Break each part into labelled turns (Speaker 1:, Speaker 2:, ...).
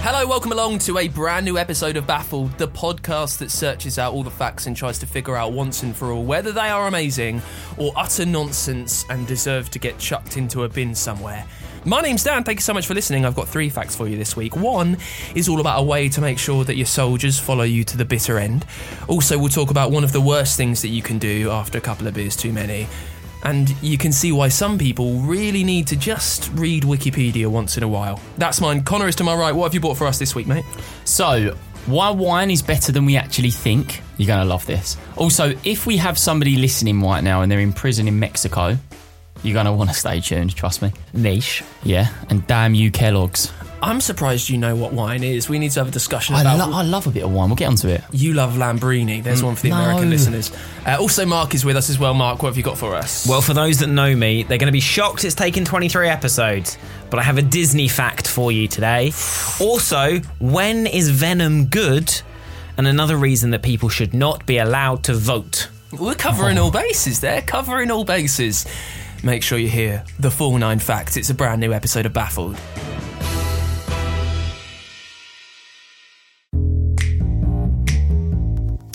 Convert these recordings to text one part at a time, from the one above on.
Speaker 1: Hello, welcome along to a brand new episode of Baffled, the podcast that searches out all the facts and tries to figure out once and for all whether they are amazing or utter nonsense and deserve to get chucked into a bin somewhere. My name's Dan. Thank you so much for listening. I've got three facts for you this week. One is all about a way to make sure that your soldiers follow you to the bitter end. Also, we'll talk about one of the worst things that you can do after a couple of beers too many. And you can see why some people really need to just read Wikipedia once in a while. That's mine. Connor is to my right. What have you bought for us this week, mate?
Speaker 2: So, why wine is better than we actually think? You're going to love this. Also, if we have somebody listening right now and they're in prison in Mexico, you're going to want to stay tuned, trust me.
Speaker 3: niche.
Speaker 2: Yeah, and damn you, Kellogg's.
Speaker 1: I'm surprised you know what wine is. We need to have a discussion
Speaker 2: I,
Speaker 1: about
Speaker 2: lo- I love a bit of wine. We'll get onto it.
Speaker 1: you love Lambrini. There's one for the
Speaker 2: No.
Speaker 1: American listeners. Uh, also, Mark is with us as well. Mark, what have you got for us?
Speaker 3: Well, for those that know me, they're going to be shocked it's taken 23 episodes, but I have a Disney fact for you today. Also, when is Venom good? And another reason that people should not be allowed to vote.
Speaker 1: We're covering all bases there, covering all bases. Make sure you hear the full nine facts. It's a brand new episode of Baffled.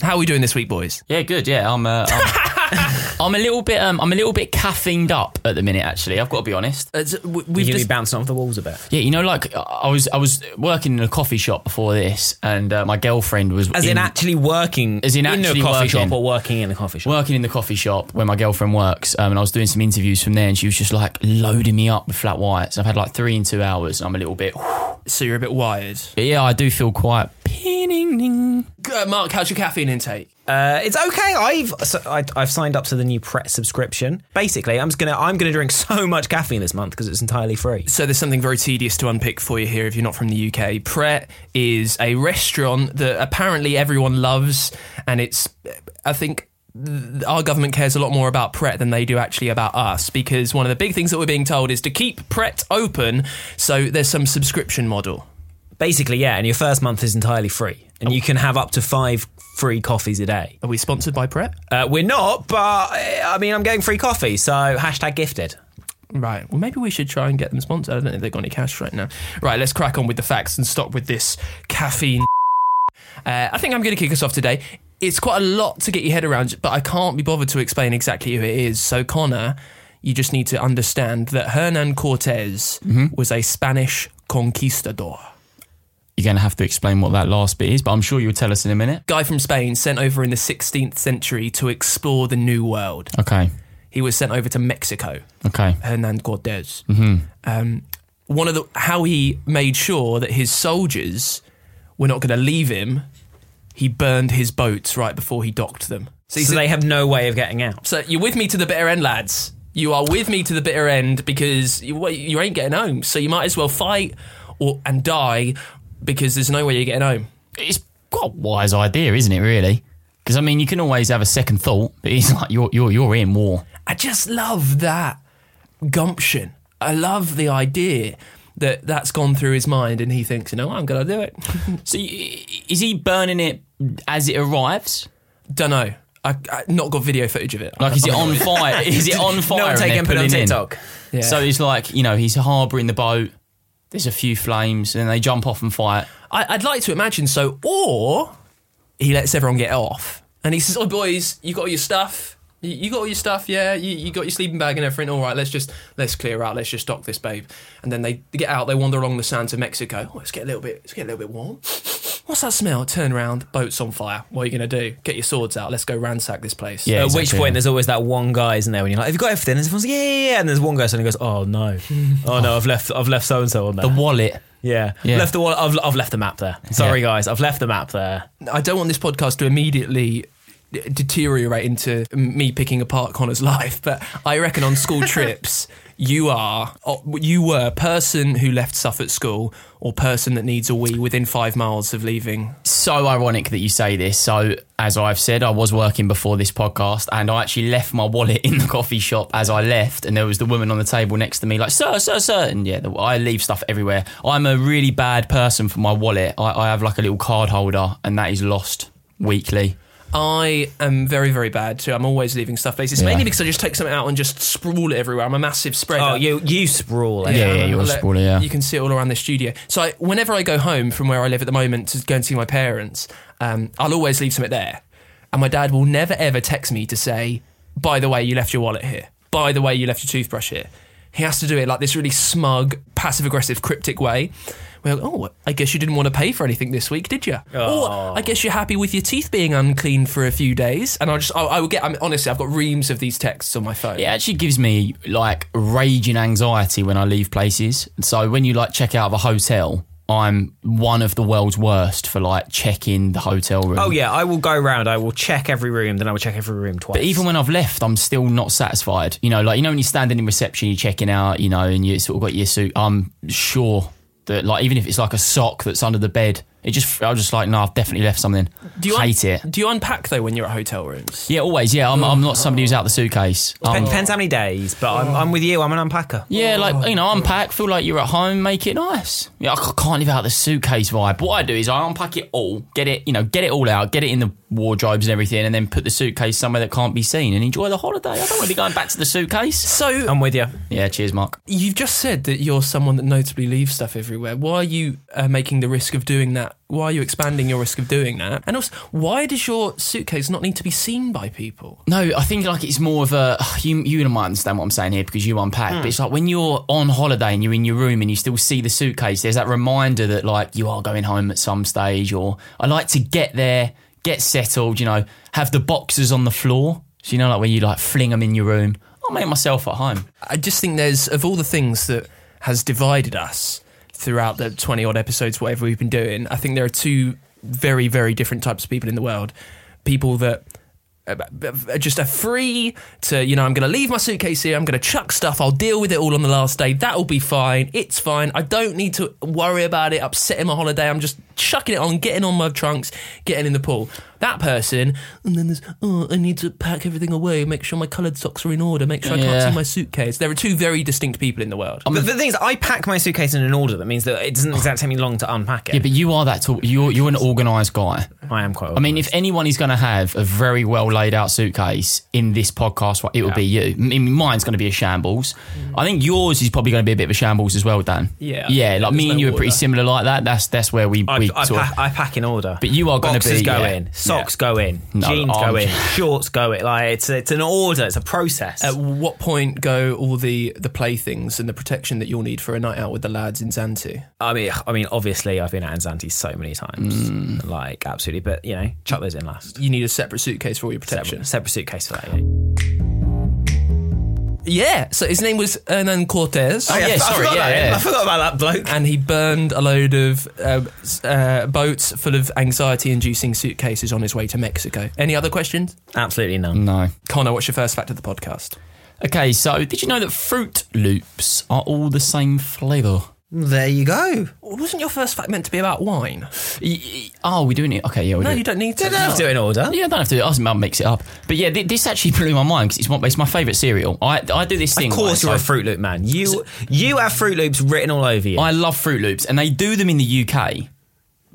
Speaker 1: How are we doing this week, boys?
Speaker 2: Yeah, good. Yeah, I'm. Uh, I'm, I'm a little bit. Um, I'm a little bit caffeined up at the minute. Actually, I've got to be honest.
Speaker 1: Uh, so we-
Speaker 3: You're
Speaker 1: we've
Speaker 3: going to
Speaker 1: just,
Speaker 3: be bouncing off the walls a bit.
Speaker 2: Yeah, you know, like I- I was. I was working in a coffee shop before this, and uh, my girlfriend was
Speaker 3: As in, actually working
Speaker 2: As in
Speaker 3: a
Speaker 2: actually
Speaker 3: coffee shop
Speaker 2: working.
Speaker 3: or working in a coffee shop.
Speaker 2: working in the coffee shop where my girlfriend works, um, and I was doing some interviews from there, and she was just like loading me up with flat whites. I've had like three in two hours, and I'm a little bit.
Speaker 1: so you're a bit wired.
Speaker 2: But yeah, I do feel quite pinning.
Speaker 1: Uh, Mark, how's your caffeine intake?
Speaker 3: Uh, it's okay. I've so I, I've signed up to the new Pret subscription. Basically, I'm just gonna I'm gonna drink so much caffeine this month because it's entirely free.
Speaker 1: So there's something very tedious to unpick for you here if you're not from the UK. Pret is a restaurant that apparently everyone loves, and it's, I think. th- Our government cares a lot more about Pret than they do actually about us because one of the big things that we're being told is to keep Pret open. So there's some subscription model.
Speaker 3: Basically, yeah, and your first month is entirely free, and
Speaker 2: Oh.
Speaker 3: you can have up to five free coffees a day.
Speaker 1: Are we sponsored by Pret?
Speaker 3: Uh, we're not, but uh, I mean, I'm getting free coffee, so hashtag gifted.
Speaker 1: Right. Well, maybe we should try and get them sponsored. I don't think they've got any cash right now. Right. Let's crack on with the facts and stop with this caffeine. Uh, I think I'm going to kick us off today. It's quite a lot to get your head around, but I can't be bothered to explain exactly who it is. So, Connor, you just need to understand that Hernan Cortez was a Spanish conquistador.
Speaker 2: You're going to have to explain what that last bit is, but I'm sure you'll tell us in a minute.
Speaker 1: Guy from Spain sent over in the 16th century to explore the New World.
Speaker 2: Okay.
Speaker 1: He was sent over to Mexico.
Speaker 2: Okay.
Speaker 1: Hernan Cortez. Mm-hmm. Um, one of the how he made sure that his soldiers were not going to leave him. He burned his boats right before he docked them. So,
Speaker 3: So,
Speaker 1: he said-
Speaker 3: they have no way of getting out.
Speaker 1: so you're with me to the bitter end, lads. You are with me to the bitter end because you, well, you ain't getting home. So you might as well fight or and die because there's no way you're getting home.
Speaker 2: It's quite a wise idea, isn't it, really? Because, I mean, you can always have a second thought, but it's like you're, you're, you're in war.
Speaker 1: I just love that gumption. I love the idea that that's gone through his mind and he thinks, you know, what, I'm going to do it.
Speaker 2: So, y- is he burning it as it arrives?
Speaker 1: Don't know. I, I not got video footage of it.
Speaker 2: Like, is it on fire? Is it on fire?
Speaker 3: No one
Speaker 2: and
Speaker 3: take
Speaker 2: they're
Speaker 3: and put it on
Speaker 2: pulling in?
Speaker 3: TikTok.
Speaker 1: Yeah.
Speaker 2: So it's like, you know, he's harbouring the boat. There's a few flames, and they jump off and fight.
Speaker 1: I, I'd like to imagine so. Or he lets everyone get off, and he says, "Oh, boys, you got all your stuff. You, you got all your stuff. Yeah, you, you got your sleeping bag and everything. All right, let's just let's clear out. Let's just dock this, babe." And then they get out. They wander along the sands of Mexico. Oh, let's get a little bit. Let's get a little bit warm. What's that smell? Turn around. Boat's on fire. What are you gonna do? Get your swords out. Let's go ransack this place.
Speaker 2: Yeah,
Speaker 3: At which
Speaker 2: exactly,
Speaker 3: point,
Speaker 2: yeah.
Speaker 3: there's always that one guy, isn't there? When you're like, "Have you got everything?" And everyone's like, "Yeah, yeah, yeah." And there's one guy suddenly goes, "Oh no, oh no, I've left, I've left so and so on there."
Speaker 2: The wallet.
Speaker 3: yeah.
Speaker 2: Yeah.
Speaker 3: left the wallet. I've, I've left the map there. Sorry, guys, I've left the map there.
Speaker 1: I don't want this podcast to immediately d- deteriorate into me picking apart Connor's life, but I reckon on school trips, you are, oh, you were person who left stuff at school or person that needs a wee within five miles of leaving.
Speaker 2: So ironic that you say this. So, as I've said, I was working before this podcast, and I actually left my wallet in the coffee shop as I left, and there was the woman on the table next to me, like, "Sir, sir, sir." And yeah, the, I leave stuff everywhere. I'm a really bad person for my wallet. I, I have like a little card holder, and that is lost weekly.
Speaker 1: I am very, very bad too. I'm always leaving stuff places, mainly
Speaker 2: Yeah.
Speaker 1: because I just take something out and just sprawl it everywhere. I'm a massive spreader.
Speaker 3: Oh, you you sprawl. it.
Speaker 2: Yeah, yeah,
Speaker 1: I'm
Speaker 2: you're
Speaker 1: a
Speaker 2: a
Speaker 1: le-
Speaker 2: sprawler, yeah.
Speaker 1: You can see it all around the studio. So I, whenever I go home from where I live at the moment to go and see my parents, um, I'll always leave something there. And my dad will never ever text me to say, by the way, you left your wallet here. By the way, you left your toothbrush here. He has to do it like this really smug, passive aggressive, cryptic way. Well, oh, I guess you didn't want to pay for anything this week, did you? Or I guess you're happy with your teeth being unclean for a few days. And I just, I, I will get. I mean, honestly, I've got reams of these texts on my phone.
Speaker 2: It actually gives me like raging anxiety when I leave places. So when you like check out of a hotel, I'm one of the world's worst for like checking the hotel room.
Speaker 3: Oh yeah, I will go round. I will check every room. Then I will check every room twice.
Speaker 2: But even when I've left, I'm still not satisfied. You know, like you know when you're standing in reception, you're checking out, you know, and you sort of got your suit. I'm sure that like even if it's like a sock that's under the bed, it just I'm just like no, I've definitely left something.
Speaker 1: Do you un-
Speaker 2: Hate it.
Speaker 1: Do you unpack though when you're at hotel rooms?
Speaker 2: Yeah, always. Yeah, I'm, I'm not somebody who's out the suitcase.
Speaker 3: Dep-
Speaker 2: I'm-
Speaker 3: depends how many days. But I'm, I'm with you. I'm an unpacker.
Speaker 2: Yeah, like you know, unpack. Feel like you're at home. Make it nice. Yeah, I c- can't live out the suitcase vibe. What I do is I unpack it all, get it, you know, get it all out, get it in the wardrobes and everything, and then put the suitcase somewhere that can't be seen and enjoy the holiday. I don't want to be going back to the suitcase.
Speaker 1: So
Speaker 3: I'm with you.
Speaker 2: Yeah, cheers, Mark.
Speaker 1: you've just said that you're someone that notably leaves stuff everywhere. Why are you uh, making the risk of doing that? Why are you expanding your risk of doing that? And also, why does your suitcase not need to be seen by people?
Speaker 2: No, I think like it's more of a you. You might understand what I'm saying here because you unpack. But it's like when you're on holiday and you're in your room and you still see the suitcase. There's that reminder that like you are going home at some stage. Or I like to get there, get settled. You know, have the boxes on the floor. So you know, like when you like fling them in your room. I'll make myself at home.
Speaker 1: I just think there's of all the things that has divided us throughout the 20 odd episodes whatever we've been doing I think there are two very very different types of people in the world people that uh, are just are free to you know I'm going to leave my suitcase here I'm going to chuck stuff I'll deal with it all on the last day that'll be fine it's fine I don't need to worry about it upsetting my holiday I'm just chucking it on getting on my trunks getting in the pool that person and then there's oh I need to pack everything away make sure my coloured socks are in order make sure I can't
Speaker 2: Yeah.
Speaker 1: see my suitcase. There are two very distinct people in the world.
Speaker 3: But the thing is, I pack my suitcase in an order. That means that it doesn't exactly take me long to unpack it.
Speaker 2: Yeah, but you are that. Talk- you're you're an organised guy.
Speaker 3: I am quite.
Speaker 2: I mean, if anyone is going to have a very well laid out suitcase in this podcast, it will be you. I mean, mine's going to be a shambles. I think yours is probably going to be a bit of a shambles as well, Dan.
Speaker 1: Mm. Yeah.
Speaker 2: yeah. Like me
Speaker 1: There's
Speaker 2: and
Speaker 1: no
Speaker 2: you are pretty
Speaker 1: order.
Speaker 2: similar like that. That's that's where we
Speaker 3: I,
Speaker 2: we
Speaker 3: I,
Speaker 2: sort of-
Speaker 3: pack, I pack in order.
Speaker 2: But you are gonna
Speaker 3: Boxers
Speaker 2: be-
Speaker 3: go
Speaker 2: yeah.
Speaker 3: in, socks go in,
Speaker 2: No,
Speaker 3: jeans
Speaker 2: I'm-
Speaker 3: go in, shorts go in. Like it's it's an order. It's a process.
Speaker 2: Uh,
Speaker 1: At what point go all the the playthings and the protection that you'll need for a night out with the lads in Xantu?
Speaker 3: I mean, I mean, obviously, I've been at Anzanti so many times,
Speaker 2: Mm.
Speaker 3: like absolutely. But you know, chuck those in last.
Speaker 1: You need a separate suitcase for all your protection.
Speaker 3: Separate suitcase for that. Yeah.
Speaker 1: Yeah. So his name was Hernan Cortez.
Speaker 2: Oh, yeah,
Speaker 3: I
Speaker 2: sorry,
Speaker 3: forgot
Speaker 2: yeah,
Speaker 3: about him.
Speaker 2: yeah.
Speaker 3: I forgot about that bloke.
Speaker 1: And he burned a load of uh, s- uh, boats full of anxiety-inducing suitcases on his way to Mexico. Any other questions?
Speaker 3: Absolutely none.
Speaker 2: no.
Speaker 1: Connor, what's your first fact of the podcast?
Speaker 2: Okay, so did you know that Fruit Loops are all the same flavour?
Speaker 3: There you go.
Speaker 1: Wasn't your first fact meant to be about wine?
Speaker 2: Y- y- Oh, we're doing it. Okay, yeah, we're
Speaker 1: No,
Speaker 2: doing
Speaker 1: you don't need to.
Speaker 3: Let's do it in order.
Speaker 2: Yeah, I don't have to. do it. I'll mix it up. But yeah, thi- this actually blew my mind because it's, my- it's my favourite cereal. I, I do this thing.
Speaker 3: Of
Speaker 2: right,
Speaker 3: course,
Speaker 2: so-
Speaker 3: you're a Fruit Loop man. You you have Fruit Loops written all over you.
Speaker 2: I love Fruit Loops, and they do them in the UK,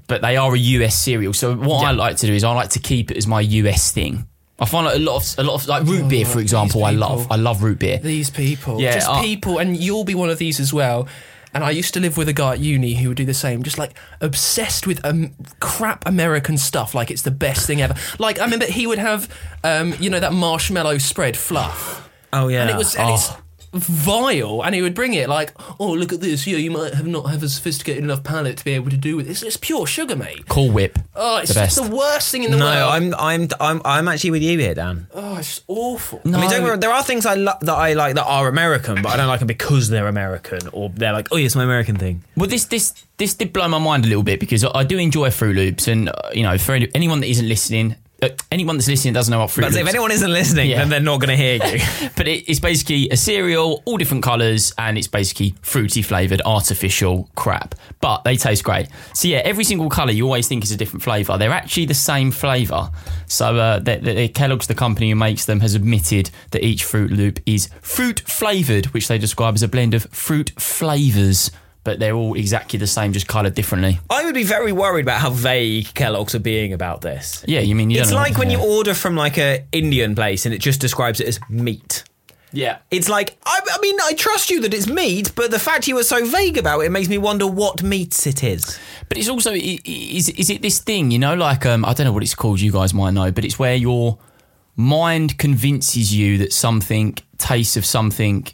Speaker 2: but they are a US cereal. So what I like to do is I like to keep it as my US thing. I find like a lot of a lot of like root beer, for example. I love
Speaker 1: people.
Speaker 2: I love root beer.
Speaker 1: These people.
Speaker 2: Yeah,
Speaker 1: just
Speaker 2: I-
Speaker 1: people. And you'll be one of these as well. And I used to live with a guy at uni who would do the same, just like obsessed with um, crap American stuff, like it's the best thing ever. Like, I remember he would have, um, you know, that marshmallow spread fluff.
Speaker 3: oh yeah.
Speaker 1: And it was. And it's, Vile, and he would bring it like, oh look at this. Yeah, you might have not have a sophisticated enough palate to be able to do with this. It's pure sugar, mate.
Speaker 2: Cool Whip.
Speaker 1: Oh, it's
Speaker 2: the best.
Speaker 1: just the worst thing in the
Speaker 3: no,
Speaker 1: world.
Speaker 3: I'm I'm I'm I'm actually with you here, Dan.
Speaker 1: oh, it's awful.
Speaker 3: I mean,
Speaker 2: No.
Speaker 3: don't get me wrong, there are things I lo- that I like that are American, but I don't like them because they're American or they're like, oh, yeah, it's my American thing.
Speaker 2: Well, this this this did blow my mind a little bit because I, I do enjoy Fruit Loops, and uh, you know, for any, anyone that isn't listening, uh, anyone that's listening doesn't know what Fruit
Speaker 3: But
Speaker 2: Loops.
Speaker 3: if anyone isn't listening,
Speaker 2: Yeah.
Speaker 3: then they're not going to hear you.
Speaker 2: but it, it's basically a cereal, all different colours, and it's basically fruity flavoured artificial crap. But they taste great. So yeah, every single colour you always think is a different flavour. They're actually the same flavour. So uh, the, the, the Kellogg's, the company who makes them, has admitted that each Fruit Loop is fruit flavoured, which they describe as a blend of fruit flavours. but they're all exactly the same, just coloured differently.
Speaker 3: I would be very worried about how vague Kellogg's are being about this.
Speaker 2: Yeah, you mean you
Speaker 3: It's
Speaker 2: don't know-
Speaker 3: like when
Speaker 2: yeah.
Speaker 3: you order from like a Indian place and it just describes it as meat.
Speaker 2: yeah.
Speaker 3: It's like I, I mean I trust you that it's meat, but the fact you were so vague about it makes me wonder what meats it is.
Speaker 2: But it's also i- i- is is it this thing you know like um I don't know what it's called you guys might know but it's where your mind convinces you that something tastes of something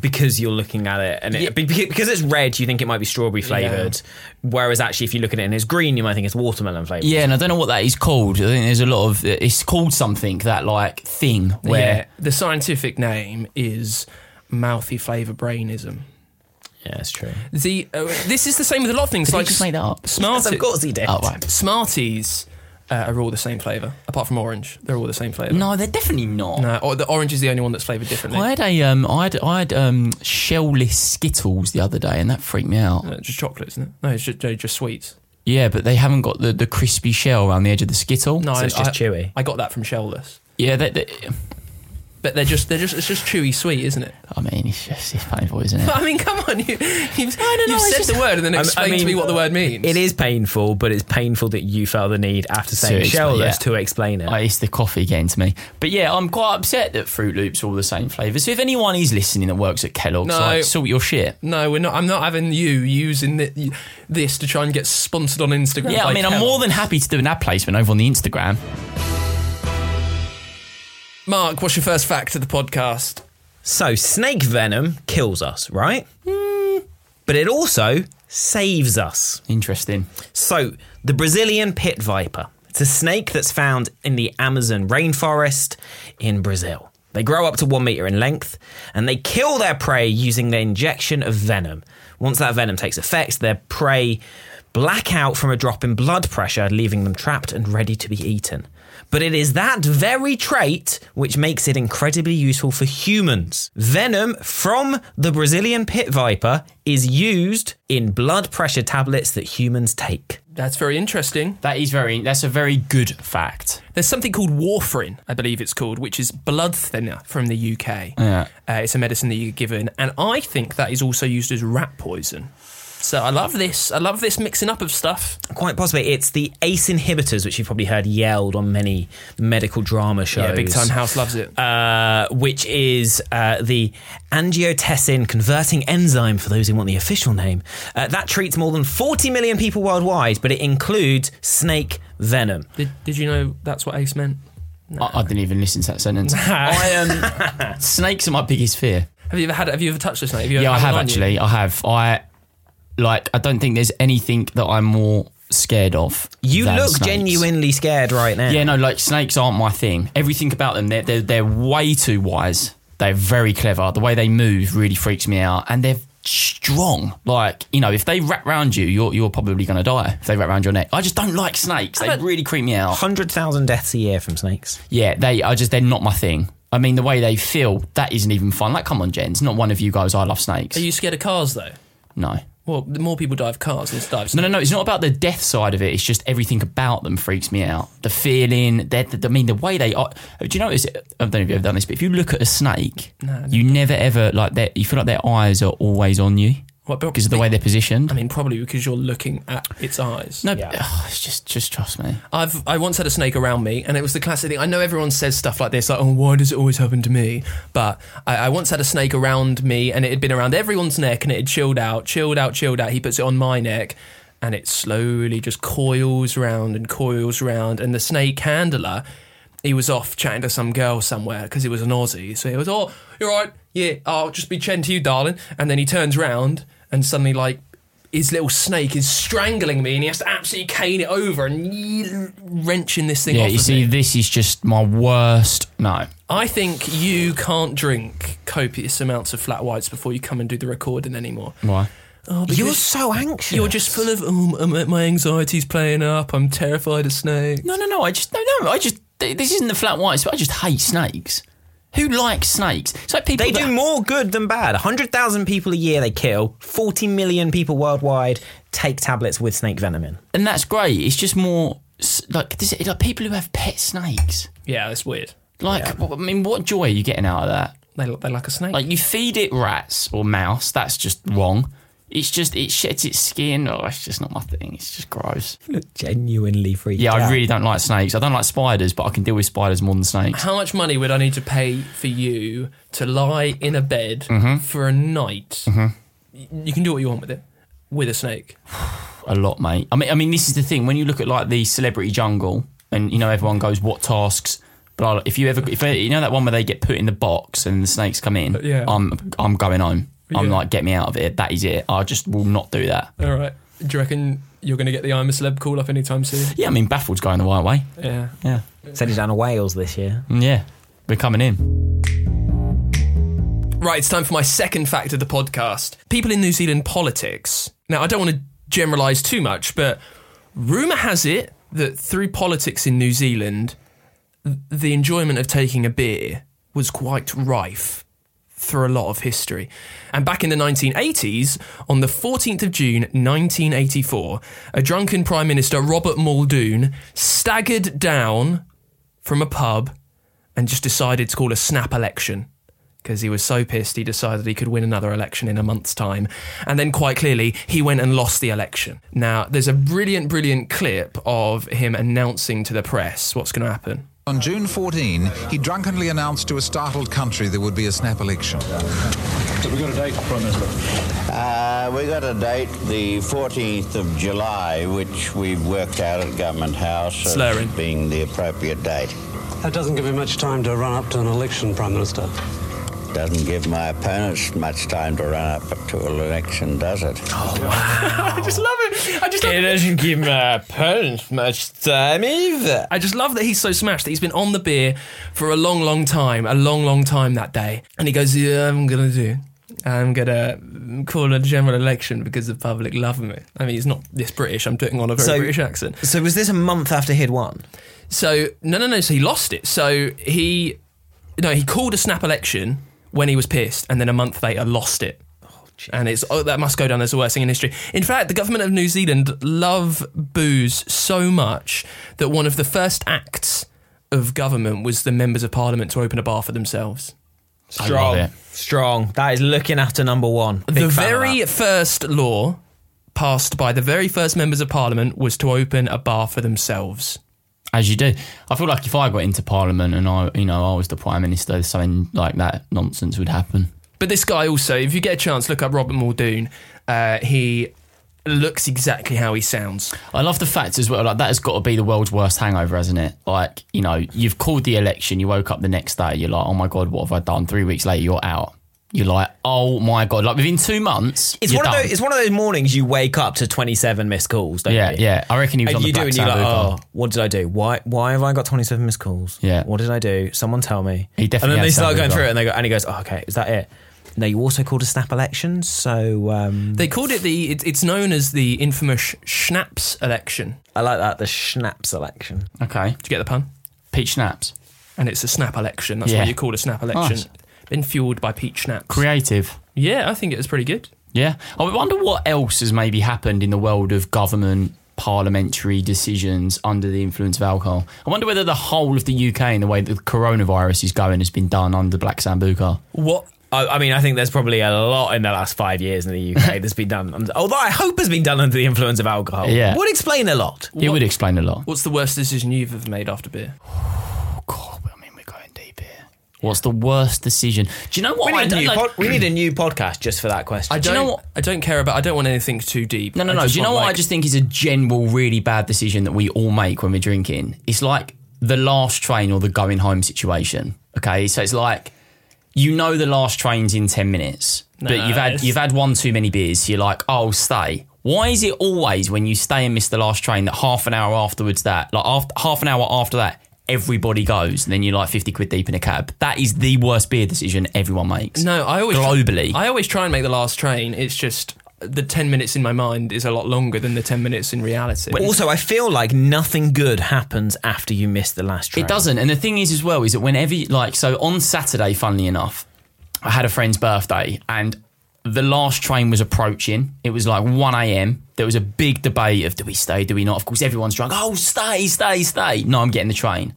Speaker 3: Because you're looking at it and it,
Speaker 2: Yeah.
Speaker 3: be- beca- because it's red, you think it might be strawberry flavored. Whereas actually, if you look at it and it's green, you might think it's watermelon flavored.
Speaker 2: yeah and I don't know what that is called I think there's a lot of it's called something that like thing
Speaker 1: Yeah.
Speaker 2: where
Speaker 1: The scientific name is mouthy flavour brainism.
Speaker 3: yeah, that's true.
Speaker 1: The uh, this is the same with a lot of things.
Speaker 2: Did he
Speaker 1: like
Speaker 2: just make that up?
Speaker 1: Smarties.
Speaker 3: of course he did.
Speaker 2: oh right
Speaker 1: Smarties uh, are all the same flavour, apart from orange. They're all the same flavour.
Speaker 2: no they're definitely not.
Speaker 1: No, or the orange is the only one that's flavoured differently.
Speaker 2: I had a um, I had I had um, shellless Skittles the other day, and that freaked me out.
Speaker 1: No, it's just chocolate, isn't it? No, it's just, no, just sweets.
Speaker 2: Yeah, but they haven't got the, the crispy shell around the edge of the Skittle.
Speaker 1: No,
Speaker 3: So
Speaker 1: I,
Speaker 3: it's just
Speaker 1: I-
Speaker 3: chewy.
Speaker 1: I got that from Shellless,
Speaker 2: Yeah, they, they,
Speaker 1: but they're just they're just it's just chewy sweet, isn't it?
Speaker 2: I mean, it's just it's painful, isn't it?
Speaker 1: But I mean, come on, you, you've, you've
Speaker 2: know, it's
Speaker 1: said
Speaker 2: just-
Speaker 1: the word and then
Speaker 3: I- I
Speaker 1: explained to me
Speaker 3: mean,
Speaker 1: what the word means.
Speaker 3: It is painful, but it's painful that you felt the need after saying
Speaker 2: Seriously,
Speaker 3: shellless
Speaker 2: yeah.
Speaker 3: to explain it.
Speaker 2: Oh, it's the coffee getting to me. But yeah, I'm quite upset that Fruit Loops are all the same flavour. So if anyone is listening that works at Kellogg's,
Speaker 1: No.
Speaker 2: like, sort your shit.
Speaker 1: No, we're not. I'm not having you using thi- this to try and get sponsored on Instagram.
Speaker 2: Yeah,
Speaker 1: by
Speaker 2: I mean, I'm
Speaker 1: Kellogg.
Speaker 2: more than happy to do an ad placement over on the Instagram.
Speaker 1: Mark, what's your first fact of the podcast?
Speaker 3: So snake venom kills us, right? But it also saves us.
Speaker 2: Interesting.
Speaker 3: So the Brazilian pit viper. It's a snake that's found in the Amazon rainforest in Brazil. They grow up to one meter in length and they kill their prey using the injection of venom. Once that venom takes effect, their prey black out from a drop in blood pressure, leaving them trapped and ready to be eaten. But it is that very trait which makes it incredibly useful for humans. Venom from the Brazilian pit viper is used in blood pressure tablets that humans take.
Speaker 1: That's very interesting.
Speaker 2: That is very. That's a very good fact.
Speaker 1: There's something called warfarin, I believe it's called, which is blood thinner from the UK.
Speaker 2: Yeah.
Speaker 1: Uh, it's a medicine that you get given, and I think that is also used as rat poison. So I love this. I love this mixing up of stuff.
Speaker 3: Quite possibly, it's the ACE inhibitors, which you've probably heard yelled on many medical drama shows.
Speaker 1: Yeah, big time house loves it.
Speaker 3: uh, which is uh, the angiotensin converting enzyme, for those who want the official name. Uh, that treats more than 40 million people worldwide, but it includes snake venom.
Speaker 1: Did, did you know that's what ace meant?
Speaker 2: I, I didn't even listen to that sentence. I um, snakes are my biggest fear.
Speaker 1: Have you ever had? Have you ever touched this? Mate? Have you
Speaker 2: Yeah,
Speaker 1: ever
Speaker 2: I
Speaker 1: had
Speaker 2: have
Speaker 1: it on you?
Speaker 2: actually. I have. I like. I don't think there's anything that I'm more scared of.
Speaker 3: You
Speaker 2: than
Speaker 3: look
Speaker 2: snakes.
Speaker 3: genuinely scared right now.
Speaker 2: Yeah, no, like snakes aren't my thing. Everything about them, they're, they're, they're way too wise. They're very clever. The way they move really freaks me out. And they're strong. Like, you know, if they wrap round you, you're, you're probably going to die if they wrap round your neck. I just don't like snakes. They really creep me out.
Speaker 3: 100,000 deaths a year from snakes.
Speaker 2: Yeah, they are just, they're not my thing. I mean, the way they feel, that isn't even fun. Like, come on, Jens, not one of you guys. I love snakes.
Speaker 1: Are you scared of cars though?
Speaker 2: no.
Speaker 1: Well, the more people die of cars than dives.
Speaker 2: No, no, no. It's not about the death side of it. It's just everything about them freaks me out. The feeling, that I mean, the way they are. Do you notice? I don't know if you've ever done this, but if you look at a snake, you never ever like that. You feel like their eyes are always on you
Speaker 1: What, but-
Speaker 2: because of the way they're positioned.
Speaker 1: I mean, probably because you're looking at its eyes.
Speaker 2: no,
Speaker 3: Yeah.
Speaker 2: but- ugh, it's just, just trust me.
Speaker 1: I've I once had a snake around me, and it was the classic thing. I know everyone says stuff like this, like, "Oh, why does it always happen to me?" But I, I once had a snake around me, and it had been around everyone's neck, and it had chilled out, chilled out, chilled out. He puts it on my neck, and it slowly just coils round and coils round, and the snake handler. He was off chatting to some girl somewhere because he was an Aussie. So he was, "Oh, you're right, yeah, I'll just be chatting to you, darling." And then he turns round and suddenly, like, his little snake is strangling me and he has to absolutely cane it over and ye- wrenching this thing
Speaker 2: Yeah,
Speaker 1: off
Speaker 2: you
Speaker 1: of
Speaker 2: see,
Speaker 1: me.
Speaker 2: this is just my worst. No,
Speaker 1: I think you can't drink copious amounts of flat whites before you come and do the recording anymore.
Speaker 2: why?
Speaker 1: Oh, because
Speaker 3: You're so anxious.
Speaker 1: you're just full of, oh, m- my anxiety's playing up, I'm terrified of snakes.
Speaker 2: No, no, no. I just no, no. I just th- this isn't the flat whites, but I just hate snakes. Who likes snakes? It's like people
Speaker 3: They
Speaker 2: that-
Speaker 3: do more good than bad. 100,000 people a year they kill, 40 million people worldwide take tablets with snake venom in.
Speaker 2: and that's great. It's just more s- like this, like people who have pet snakes.
Speaker 1: Yeah, that's weird.
Speaker 2: Like, wh- I mean, what joy are you getting out of that?
Speaker 1: They look they like a snake.
Speaker 2: Like, you feed it rats or mouse. That's just wrong. It's just it sheds its skin. Oh, it's just not my thing. It's just gross.
Speaker 3: Look genuinely freaked
Speaker 2: Yeah,
Speaker 3: out.
Speaker 2: I really don't like snakes. I don't like spiders, but I can deal with spiders more than snakes.
Speaker 1: How much money would I need to pay for you to lie in a bed
Speaker 2: Mm-hmm.
Speaker 1: for a night? Y- You can do what you want with it. With a snake.
Speaker 2: A lot, mate. I mean, I mean, this is the thing. When you look at like the celebrity jungle, and you know everyone goes, "What tasks?" Blah. blah. If you ever, if you know that one where they get put in the box and the snakes come in,
Speaker 1: Yeah.
Speaker 2: I'm I'm going home. I'm
Speaker 1: Yeah.
Speaker 2: like, get me out of it. That is it. I just will not do that.
Speaker 1: All right. Do you reckon you're going to get the I'm a Celeb call up anytime soon?
Speaker 2: Yeah, I mean, Baffled's going the right way.
Speaker 1: Yeah.
Speaker 2: Yeah.
Speaker 3: Sent it down to Wales this year.
Speaker 2: Mm, Yeah. We're coming in.
Speaker 1: Right, it's time for my second fact of the podcast. People in New Zealand politics. Now, I don't want to generalise too much, but rumour has it that through politics in New Zealand, th- the enjoyment of taking a beer was quite rife through a lot of history. And back in the 1980s, on the 14th of June 1984, a drunken Prime Minister, Robert Muldoon, staggered down from a pub and just decided to call a snap election because he was so pissed he decided he could win another election in a month's time. And then, quite clearly, he went and lost the election. Now, there's a brilliant, brilliant clip of him announcing to the press what's going to happen.
Speaker 4: On June 14, he drunkenly announced to a startled country there would be a snap election.
Speaker 5: Have we got a date, Prime Minister?
Speaker 6: Uh, we got a date, the 14th of July, which we've worked out at Government House as
Speaker 1: Slurring.
Speaker 6: being the appropriate date.
Speaker 7: That doesn't give you much time to run up to an election, Prime Minister.
Speaker 6: Doesn't give my opponents much time to run up to an election, does it?
Speaker 1: I just love it. I just love
Speaker 3: doesn't give my parents much time either.
Speaker 1: I just love that he's so smashed that he's been on the beer for a long, long time, a long, long time that day. And he goes, Yeah, I'm going to do. I'm going to call a general election because the public love me. I mean, he's not this British. I'm putting on a very
Speaker 3: So-
Speaker 1: British accent.
Speaker 3: So was this a month after he'd won?
Speaker 1: So no, no, no. So he lost it. So he, no, he called a snap election when he was pissed, and then a month later lost it. And it's oh, that must go down as the worst thing in history. In fact, the government of New Zealand love booze so much that one of the first acts of government was the members of parliament to open a bar for themselves.
Speaker 2: I love it.
Speaker 3: Strong. That is looking after number one. Big
Speaker 1: the
Speaker 3: fan of
Speaker 1: very
Speaker 3: that.
Speaker 1: first law passed by the very first members of parliament was to open a bar for themselves.
Speaker 2: As you do. I feel like if I got into Parliament and I, you know, I was the Prime Minister, something like that nonsense would happen.
Speaker 1: But this guy also, if you get a chance, look up Robert Muldoon. Uh, he looks exactly how he sounds.
Speaker 2: I love the fact as well, like that has got to be the world's worst hangover, hasn't it? Like, you know, you've called the election, you woke up the next day, you're like, oh my God, what have I done? Three weeks later, you're out. You're like, oh my God. Like within two months,
Speaker 3: It's
Speaker 2: you're
Speaker 3: one, of
Speaker 2: done.
Speaker 3: those, it's one of those mornings you wake up to 27 missed calls, don't
Speaker 2: yeah,
Speaker 3: you?
Speaker 2: yeah. I reckon he was
Speaker 3: And
Speaker 2: on
Speaker 3: you
Speaker 2: the
Speaker 3: do,
Speaker 2: Black
Speaker 3: and you're like,
Speaker 2: Sabbath
Speaker 3: oh,
Speaker 2: or-
Speaker 3: what did I do? Why why have I got 27 missed calls?
Speaker 2: Yeah.
Speaker 3: What did I do? Someone tell me.
Speaker 2: He definitely
Speaker 3: and then
Speaker 2: had
Speaker 3: they start
Speaker 2: Sabu
Speaker 3: going
Speaker 2: as
Speaker 3: through
Speaker 2: well.
Speaker 3: it, and they go, and he goes, oh, okay, is that it? No, you also called a snap election, so um,
Speaker 1: They called it the. It, it's known as the infamous Schnaps election.
Speaker 3: I like that, the schnapps election.
Speaker 1: Do
Speaker 2: Okay.
Speaker 1: you get the pun?
Speaker 2: Peach Snaps.
Speaker 1: And it's a snap election. That's
Speaker 2: Yeah.
Speaker 1: what you call a snap election.
Speaker 2: Nice.
Speaker 1: Been fueled by peach schnaps.
Speaker 2: Creative.
Speaker 1: yeah, I think it was pretty good.
Speaker 2: Yeah. I wonder what else has maybe happened in the world of government parliamentary decisions under the influence of alcohol. I wonder whether the whole of the UK and the way that the coronavirus is going has been done under Black Sambuca.
Speaker 3: What? I, I mean, I think there's probably a lot in the last five years in the UK that's been done, under, although I hope has been done under the influence of alcohol.
Speaker 2: Yeah.
Speaker 3: Would explain a lot.
Speaker 2: It would explain a lot.
Speaker 1: What's the worst decision you've ever made after beer?
Speaker 2: God, I mean, we're going deep here. What's the worst decision? Do you know what
Speaker 3: We
Speaker 2: I
Speaker 3: need, a
Speaker 2: don't
Speaker 3: new
Speaker 2: like?
Speaker 3: pod- we need a new podcast just for that question.
Speaker 1: I
Speaker 2: Do
Speaker 1: don't.
Speaker 2: you know what-
Speaker 1: I don't care about. I don't want anything too deep.
Speaker 2: No, no,
Speaker 1: I
Speaker 2: no.
Speaker 1: just
Speaker 2: Do you know
Speaker 1: want,
Speaker 2: what I
Speaker 1: like-
Speaker 2: just think is a general really bad decision that we all make when we're drinking? It's like the last train or the going home situation. Okay, so it's like you know the last train's in ten minutes, but you've had
Speaker 1: it's-
Speaker 2: you've had one too many beers. So you're like, oh, stay. Why is it always when you stay and miss the last train that half an hour afterwards that like after, half an hour after that everybody goes and then you're like fifty quid deep in a cab? That is the worst beer decision everyone makes.
Speaker 1: No, I always
Speaker 2: globally.
Speaker 1: I always try and make the last train. It's just the ten minutes in my mind is a lot longer than the ten minutes in reality.
Speaker 3: also, I feel like nothing good happens after you miss the last train.
Speaker 2: It doesn't. And the thing is, as well, is that whenever, you- like, so on Saturday, funnily enough, I had a friend's birthday and the last train was approaching. It was like 1 a.m. There was a big debate of do we stay, do we not? Of course, everyone's drunk. Oh, stay, stay, stay. No, I'm getting the train.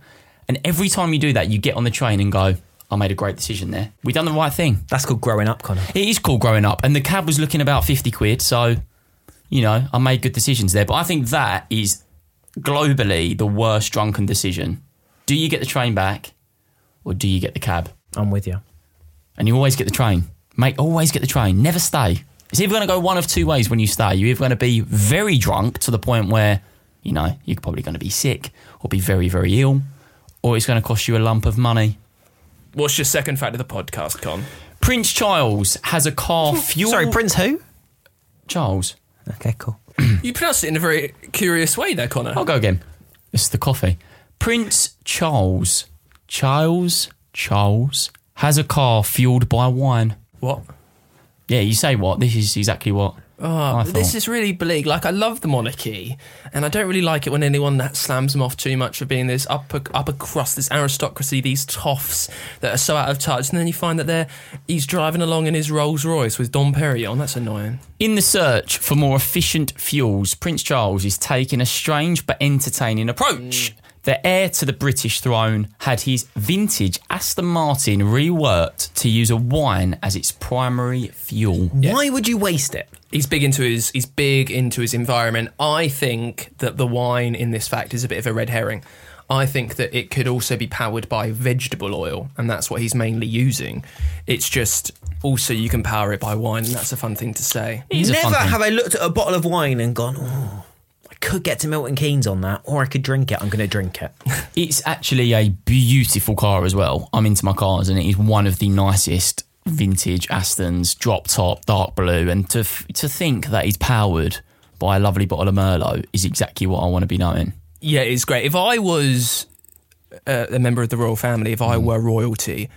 Speaker 2: And every time you do that, you get on the train and go, I made a great decision there. We done the right thing.
Speaker 3: That's called growing up, Connor.
Speaker 2: It is called growing up, and the cab was looking about fifty quid. So, you know, I made good decisions there. But I think that is globally the worst drunken decision. Do you get the train back, or do you get the cab?
Speaker 3: I'm with you.
Speaker 2: and you always get the train. Mate, always get the train. Never stay. It's either going to go one of two ways when you stay. You're either going to be very drunk to the point where, you know, you're probably going to be sick or be very, very ill, or it's going to cost you a lump of money.
Speaker 1: What's your second fact of the podcast, Con?
Speaker 2: Prince Charles has a car fuel.
Speaker 3: Sorry, Prince who?
Speaker 2: Charles.
Speaker 3: Okay, cool.
Speaker 1: You pronounced it in a very curious way there, Connor.
Speaker 2: I'll go again. It's the coffee. Prince Charles. Charles. Charles has a car fueled by wine.
Speaker 1: What?
Speaker 2: Yeah, you say what? This is exactly what. I thought.
Speaker 1: Oh, This is really bleak. Like, I love the monarchy, and I don't really like it when anyone that slams them off too much for being this upper upper crust, this aristocracy, these toffs that are so out of touch. And then you find that they're he's driving along in his Rolls Royce with Dom Perignon. That's annoying.
Speaker 2: In the search for more efficient fuels, Prince Charles is taking a strange but entertaining
Speaker 1: Mm.
Speaker 2: approach. The heir to the British throne had his vintage Aston Martin reworked to use a wine as its primary fuel.
Speaker 3: Why would you waste it?
Speaker 1: He's big into his he's big into his environment. I think that the wine in this fact is a bit of a red herring. I think that it could also be powered by vegetable oil, and that's what he's mainly using. It's just also you can power it by wine, and that's a fun thing to say.
Speaker 2: It is a fun
Speaker 3: Never
Speaker 2: thing.
Speaker 3: have I looked at a bottle of wine and gone, oh, I could get to Milton Keynes on that, or I could drink it. I'm going to drink it.
Speaker 2: It's actually a beautiful car as well. I'm into my cars, and it is one of the nicest vintage Astons, drop top, dark blue. And to f- to think that it's powered by a lovely bottle of Merlot is exactly what I want to be knowing.
Speaker 1: Yeah, it's great. If I was uh, a member of the royal family, if I were royalty,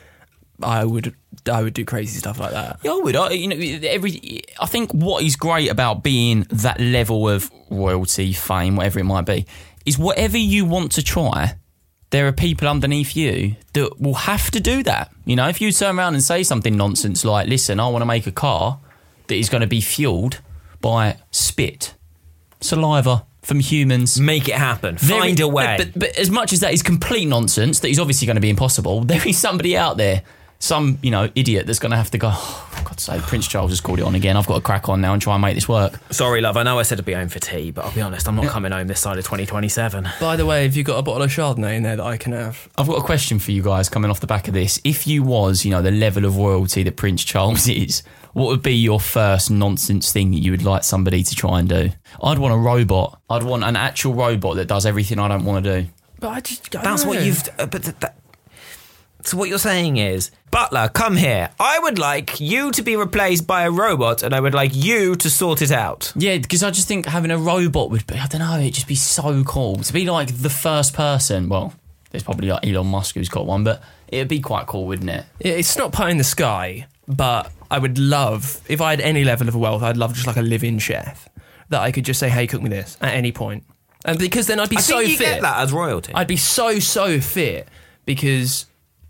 Speaker 1: I would I would do crazy stuff like that.
Speaker 2: Yeah, I would. I, you know, every. I think what is great about being that level of royalty, fame, whatever it might be, is whatever you want to try. There are people underneath you that will have to do that. You know, if you turn around and say something nonsense like, "Listen, I want to make a car that is going to be fueled by spit, saliva from humans."
Speaker 3: Make it happen. Find
Speaker 2: There-
Speaker 3: a way.
Speaker 2: But, but as much as that is complete nonsense, that is obviously going to be impossible. There is somebody out there, some you know idiot that's going to have to go. Oh, for God's sake, Prince Charles has called it on again. I've got to crack on now and try and make this work.
Speaker 3: Sorry, love. I know I said I'd be home for tea, but I'll be honest, I'm not coming home this side of 2027.
Speaker 1: By the way, have you got a bottle of Chardonnay in there that I can have?
Speaker 2: I've got a question for you guys coming off the back of this. If you was, you know, the level of royalty that Prince Charles is, what would be your first nonsense thing that you would like somebody to try and do? I'd want a robot. I'd want an actual robot that does everything I don't want to do.
Speaker 1: But I just I
Speaker 3: That's
Speaker 1: don't
Speaker 3: what
Speaker 1: know.
Speaker 3: you've. Uh, but th- that, so what you're saying is, Butler, come here. I would like you to be replaced by a robot, and I would like you to sort it out.
Speaker 2: Yeah, because I just think having a robot would be, I don't know, it'd just be so cool. To be like the first person, well, there's probably like Elon Musk who's got one, but it'd be quite cool, wouldn't it?
Speaker 1: Yeah, It's not pie in the sky, but I would love if I had any level of wealth, I'd love just like a live-in chef that I could just say, "Hey, cook me this" at any point, and because then I'd be
Speaker 3: I
Speaker 1: so
Speaker 3: think you
Speaker 1: fit.
Speaker 3: get that as royalty.
Speaker 1: I'd be so so fit because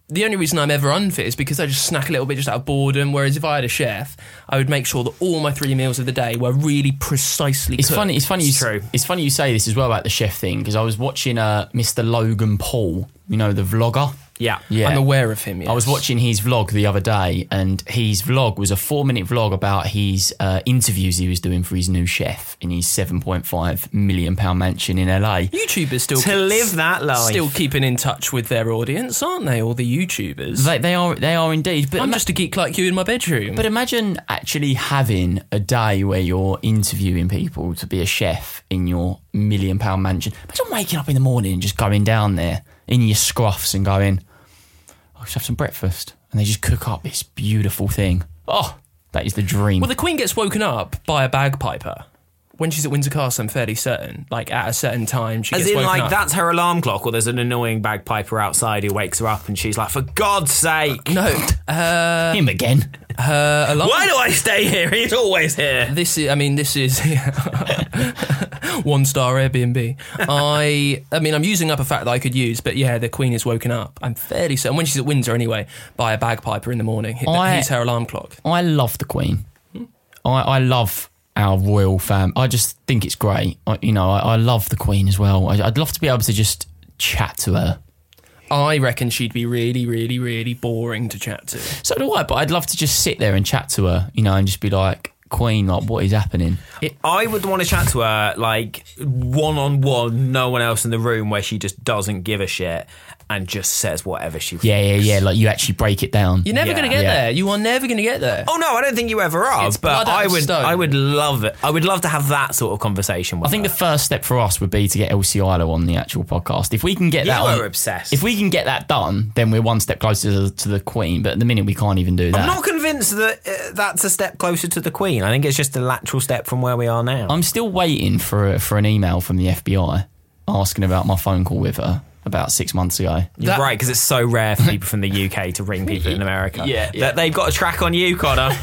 Speaker 1: the only reason I'm ever unfit is because I just snack a little bit just out of boredom. Whereas if I had a chef, I would make sure that all my three meals of the day were really precisely.
Speaker 2: It's
Speaker 1: cooked.
Speaker 2: funny. It's funny.
Speaker 3: It's
Speaker 2: you, s-
Speaker 3: true.
Speaker 2: It's funny you say this as well about the chef thing because I was watching uh, Mr. Logan Paul, you know, the vlogger.
Speaker 3: Yeah.
Speaker 2: yeah.
Speaker 1: I'm aware of him. Yes.
Speaker 2: I was watching his vlog the other day, and his vlog was a four minute vlog about his uh, interviews he was doing for his new chef in his seven point five million pound mansion in LA.
Speaker 1: YouTubers still
Speaker 3: to live that life.
Speaker 1: still keeping in touch with their audience, aren't they? All the YouTubers.
Speaker 2: They, they are they are indeed. But
Speaker 1: I'm
Speaker 2: ima-
Speaker 1: just a geek like you in my bedroom.
Speaker 2: But imagine actually having a day where you're interviewing people to be a chef in your million pound mansion. Imagine waking up in the morning and just going down there in your scruffs and going, I should have some breakfast. And they just cook up this beautiful thing. Oh, that is the dream.
Speaker 1: Well, the Queen gets woken up by a bagpiper when she's at Windsor Castle. I'm fairly certain. Like at a certain time, she
Speaker 3: As
Speaker 1: gets
Speaker 3: in,
Speaker 1: woken
Speaker 3: like,
Speaker 1: up.
Speaker 3: that's her alarm clock, or there's an annoying bagpiper outside who wakes her up, and she's like, for God's sake,
Speaker 1: No,
Speaker 2: Him again.
Speaker 1: her alarm.
Speaker 3: why do I stay here? He's always here.
Speaker 1: This is, I mean, this is one star Airbnb. I, I mean, I'm using up a fact that I could use, but yeah, the Queen is woken up. I'm fairly certain when she's at Windsor anyway by a bagpiper in the morning. He-
Speaker 2: I-
Speaker 1: He's her alarm clock.
Speaker 2: I love the Queen. I, I love our royal fam. I just think it's great. I, you know, I, I love the Queen as well. I, I'd love to be able to just chat to her.
Speaker 1: I reckon she'd be really, really, really boring to chat to.
Speaker 2: So do I, but I'd love to just sit there and chat to her, you know, and just be like, Queen, like, what is happening?
Speaker 3: I would want to chat to her like one on one, no one else in the room, where she just doesn't give a shit and just says whatever she.
Speaker 2: Yeah, yeah, yeah. Like, you actually break it down.
Speaker 1: You're never
Speaker 3: Yeah.
Speaker 1: going to get
Speaker 2: Yeah.
Speaker 1: there. You are never going to get there.
Speaker 3: Oh no, I don't think you ever are.
Speaker 1: It's
Speaker 3: but
Speaker 1: blood out
Speaker 3: I
Speaker 1: of
Speaker 3: would,
Speaker 1: stone.
Speaker 3: I would love it. I would love to have that sort of conversation with.
Speaker 2: I think the
Speaker 3: her.
Speaker 2: first step for us would be to get LC Ilo on the actual podcast. If we can get
Speaker 3: You
Speaker 2: that,
Speaker 3: are
Speaker 2: on-
Speaker 3: obsessed.
Speaker 2: If we can get that done, then we're one step closer to the, to the Queen. But at the minute, we can't even do that.
Speaker 3: I'm not convinced that uh, that's a step closer to the Queen. I think it's just a lateral step from where we are now.
Speaker 2: I'm still waiting for for an email from the FBI asking about my phone call with her about six months ago.
Speaker 3: You're
Speaker 1: That-
Speaker 3: right, because it's so rare for people from the UK to ring people in America.
Speaker 1: Yeah, yeah.
Speaker 3: That they've got a track on you, Connor.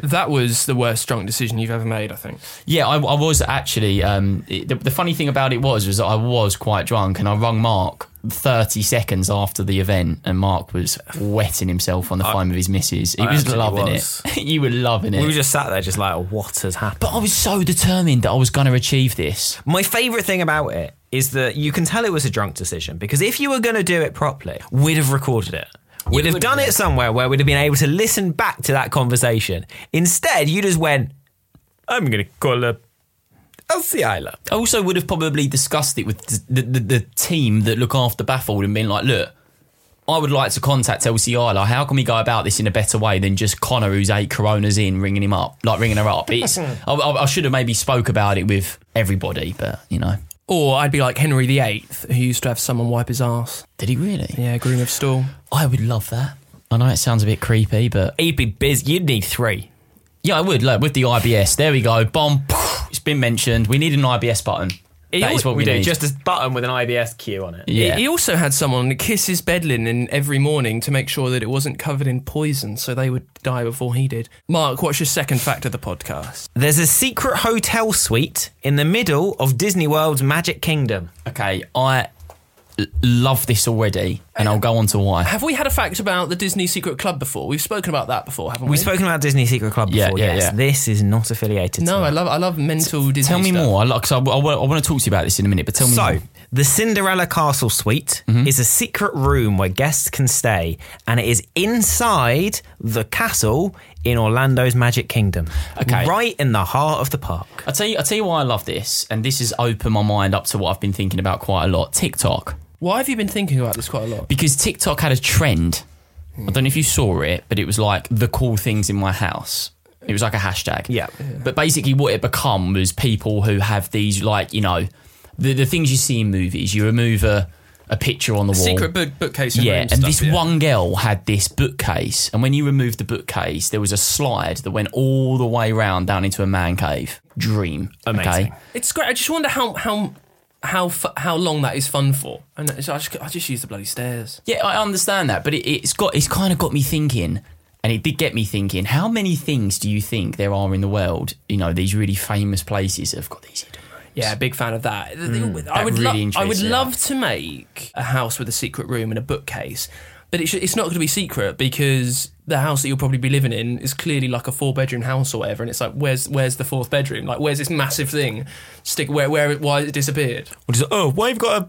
Speaker 1: That was the worst drunk decision you've ever made, I think.
Speaker 2: Yeah, I, I was actually. Um, it- the, the funny thing about it was was that I was quite drunk, and I rung Mark thirty seconds after the event, and Mark was wetting himself on the phone with his missus. He
Speaker 3: I
Speaker 2: was
Speaker 3: absolutely
Speaker 2: loving
Speaker 3: was.
Speaker 2: it. you were loving it.
Speaker 3: we were just sat there, just like, what has happened?
Speaker 2: but I was so determined that I was going to achieve this.
Speaker 3: My favourite thing about it is that you can tell it was a drunk decision because if you were going to do it properly, we'd have recorded it. We'd have done it somewhere where we'd have been able to listen back to that conversation. Instead, you just went, I'm going to call her Elsie Isla.
Speaker 2: I also would have probably discussed it with the, the, the team that look after Baffled and been like, look, I would like to contact LC Isla. How can we go about this in a better way than just Connor, who's eight Coronas in, ringing him up, like ringing her up? It's I, I, I should have maybe spoke about it with everybody, but you know,
Speaker 1: Or I'd be like Henry VIII, who used to have someone wipe his ass.
Speaker 2: did he really?
Speaker 1: Yeah, groom of stall.
Speaker 2: I would love that. I know it sounds a bit creepy, but
Speaker 3: You'd be busy. You'd need three.
Speaker 2: yeah, I would. Look, with the IBS, there we go. Bomb. It's been mentioned. We need an IBS button. That is what we, need.
Speaker 3: a button with an IBS queue on it.
Speaker 2: yeah.
Speaker 1: He also had someone kiss his bed linen every morning to make sure that it wasn't covered in poison so they would die before he did. Mark, what's your second fact of the podcast?
Speaker 3: There's a secret hotel suite in the middle of Disney World's Magic Kingdom.
Speaker 2: Okay, I l- love this already, and I'll go on to why.
Speaker 1: Have we had a fact about the Disney Secret Club before? We've spoken about that before, haven't we?
Speaker 3: We've spoken about Disney Secret Club
Speaker 2: Yeah,
Speaker 3: before.
Speaker 2: yeah,
Speaker 3: yes,
Speaker 2: yeah.
Speaker 3: this is not affiliated. to
Speaker 1: No,
Speaker 3: that.
Speaker 1: I love I love mental Disney.
Speaker 2: Tell me
Speaker 1: stuff.
Speaker 2: more. I, like, 'cause I, want to talk to you about this in a minute, but tell me
Speaker 3: So,
Speaker 2: more.
Speaker 3: the Cinderella Castle Suite is a secret room where guests can stay, and it is inside the castle in Orlando's Magic Kingdom.
Speaker 2: Okay.
Speaker 3: Right in the heart of the park.
Speaker 2: I tell you, I tell you why I love this, and this has opened my mind up to what I've been thinking about quite a lot. TikTok,
Speaker 1: Why have you been thinking about this quite a lot?
Speaker 2: because TikTok had a trend. I don't know if you saw it, but it was like the cool things in my house. It was like a hashtag.
Speaker 3: Yeah.
Speaker 2: But basically, what it become was people who have these, like you know, the the things you see in movies. You remove a a picture on the wall.
Speaker 1: Secret book, bookcase.
Speaker 2: Yeah,
Speaker 1: room
Speaker 2: and
Speaker 1: stuff,
Speaker 2: this
Speaker 1: yeah.
Speaker 2: one girl had this bookcase, and when you removed the bookcase, there was a slide that went all the way round down into a man cave. Dream.
Speaker 3: Amazing.
Speaker 2: Okay.
Speaker 1: It's great. I just wonder how how how fu- how long that is fun for. And it's, I just I just use the bloody stairs.
Speaker 2: Yeah, I understand that, but it, it's got it's kind of got me thinking, and it did get me thinking. How many things do you think there are in the world? You know, these really famous places have got these. hidden rooms?
Speaker 1: Yeah, big fan of Mm, that. I
Speaker 2: that
Speaker 1: would
Speaker 2: really
Speaker 1: lo- I
Speaker 2: intrigues
Speaker 1: would
Speaker 2: me,
Speaker 1: love to make a house with a secret room and a bookcase, but it sh- it's not going to be secret because the house that you'll probably be living in is clearly like a four bedroom house or whatever. And it's like, where's where's the fourth bedroom? Like, where's this massive thing? Stick where where it, why it disappeared?
Speaker 3: Which is, oh, why you've got a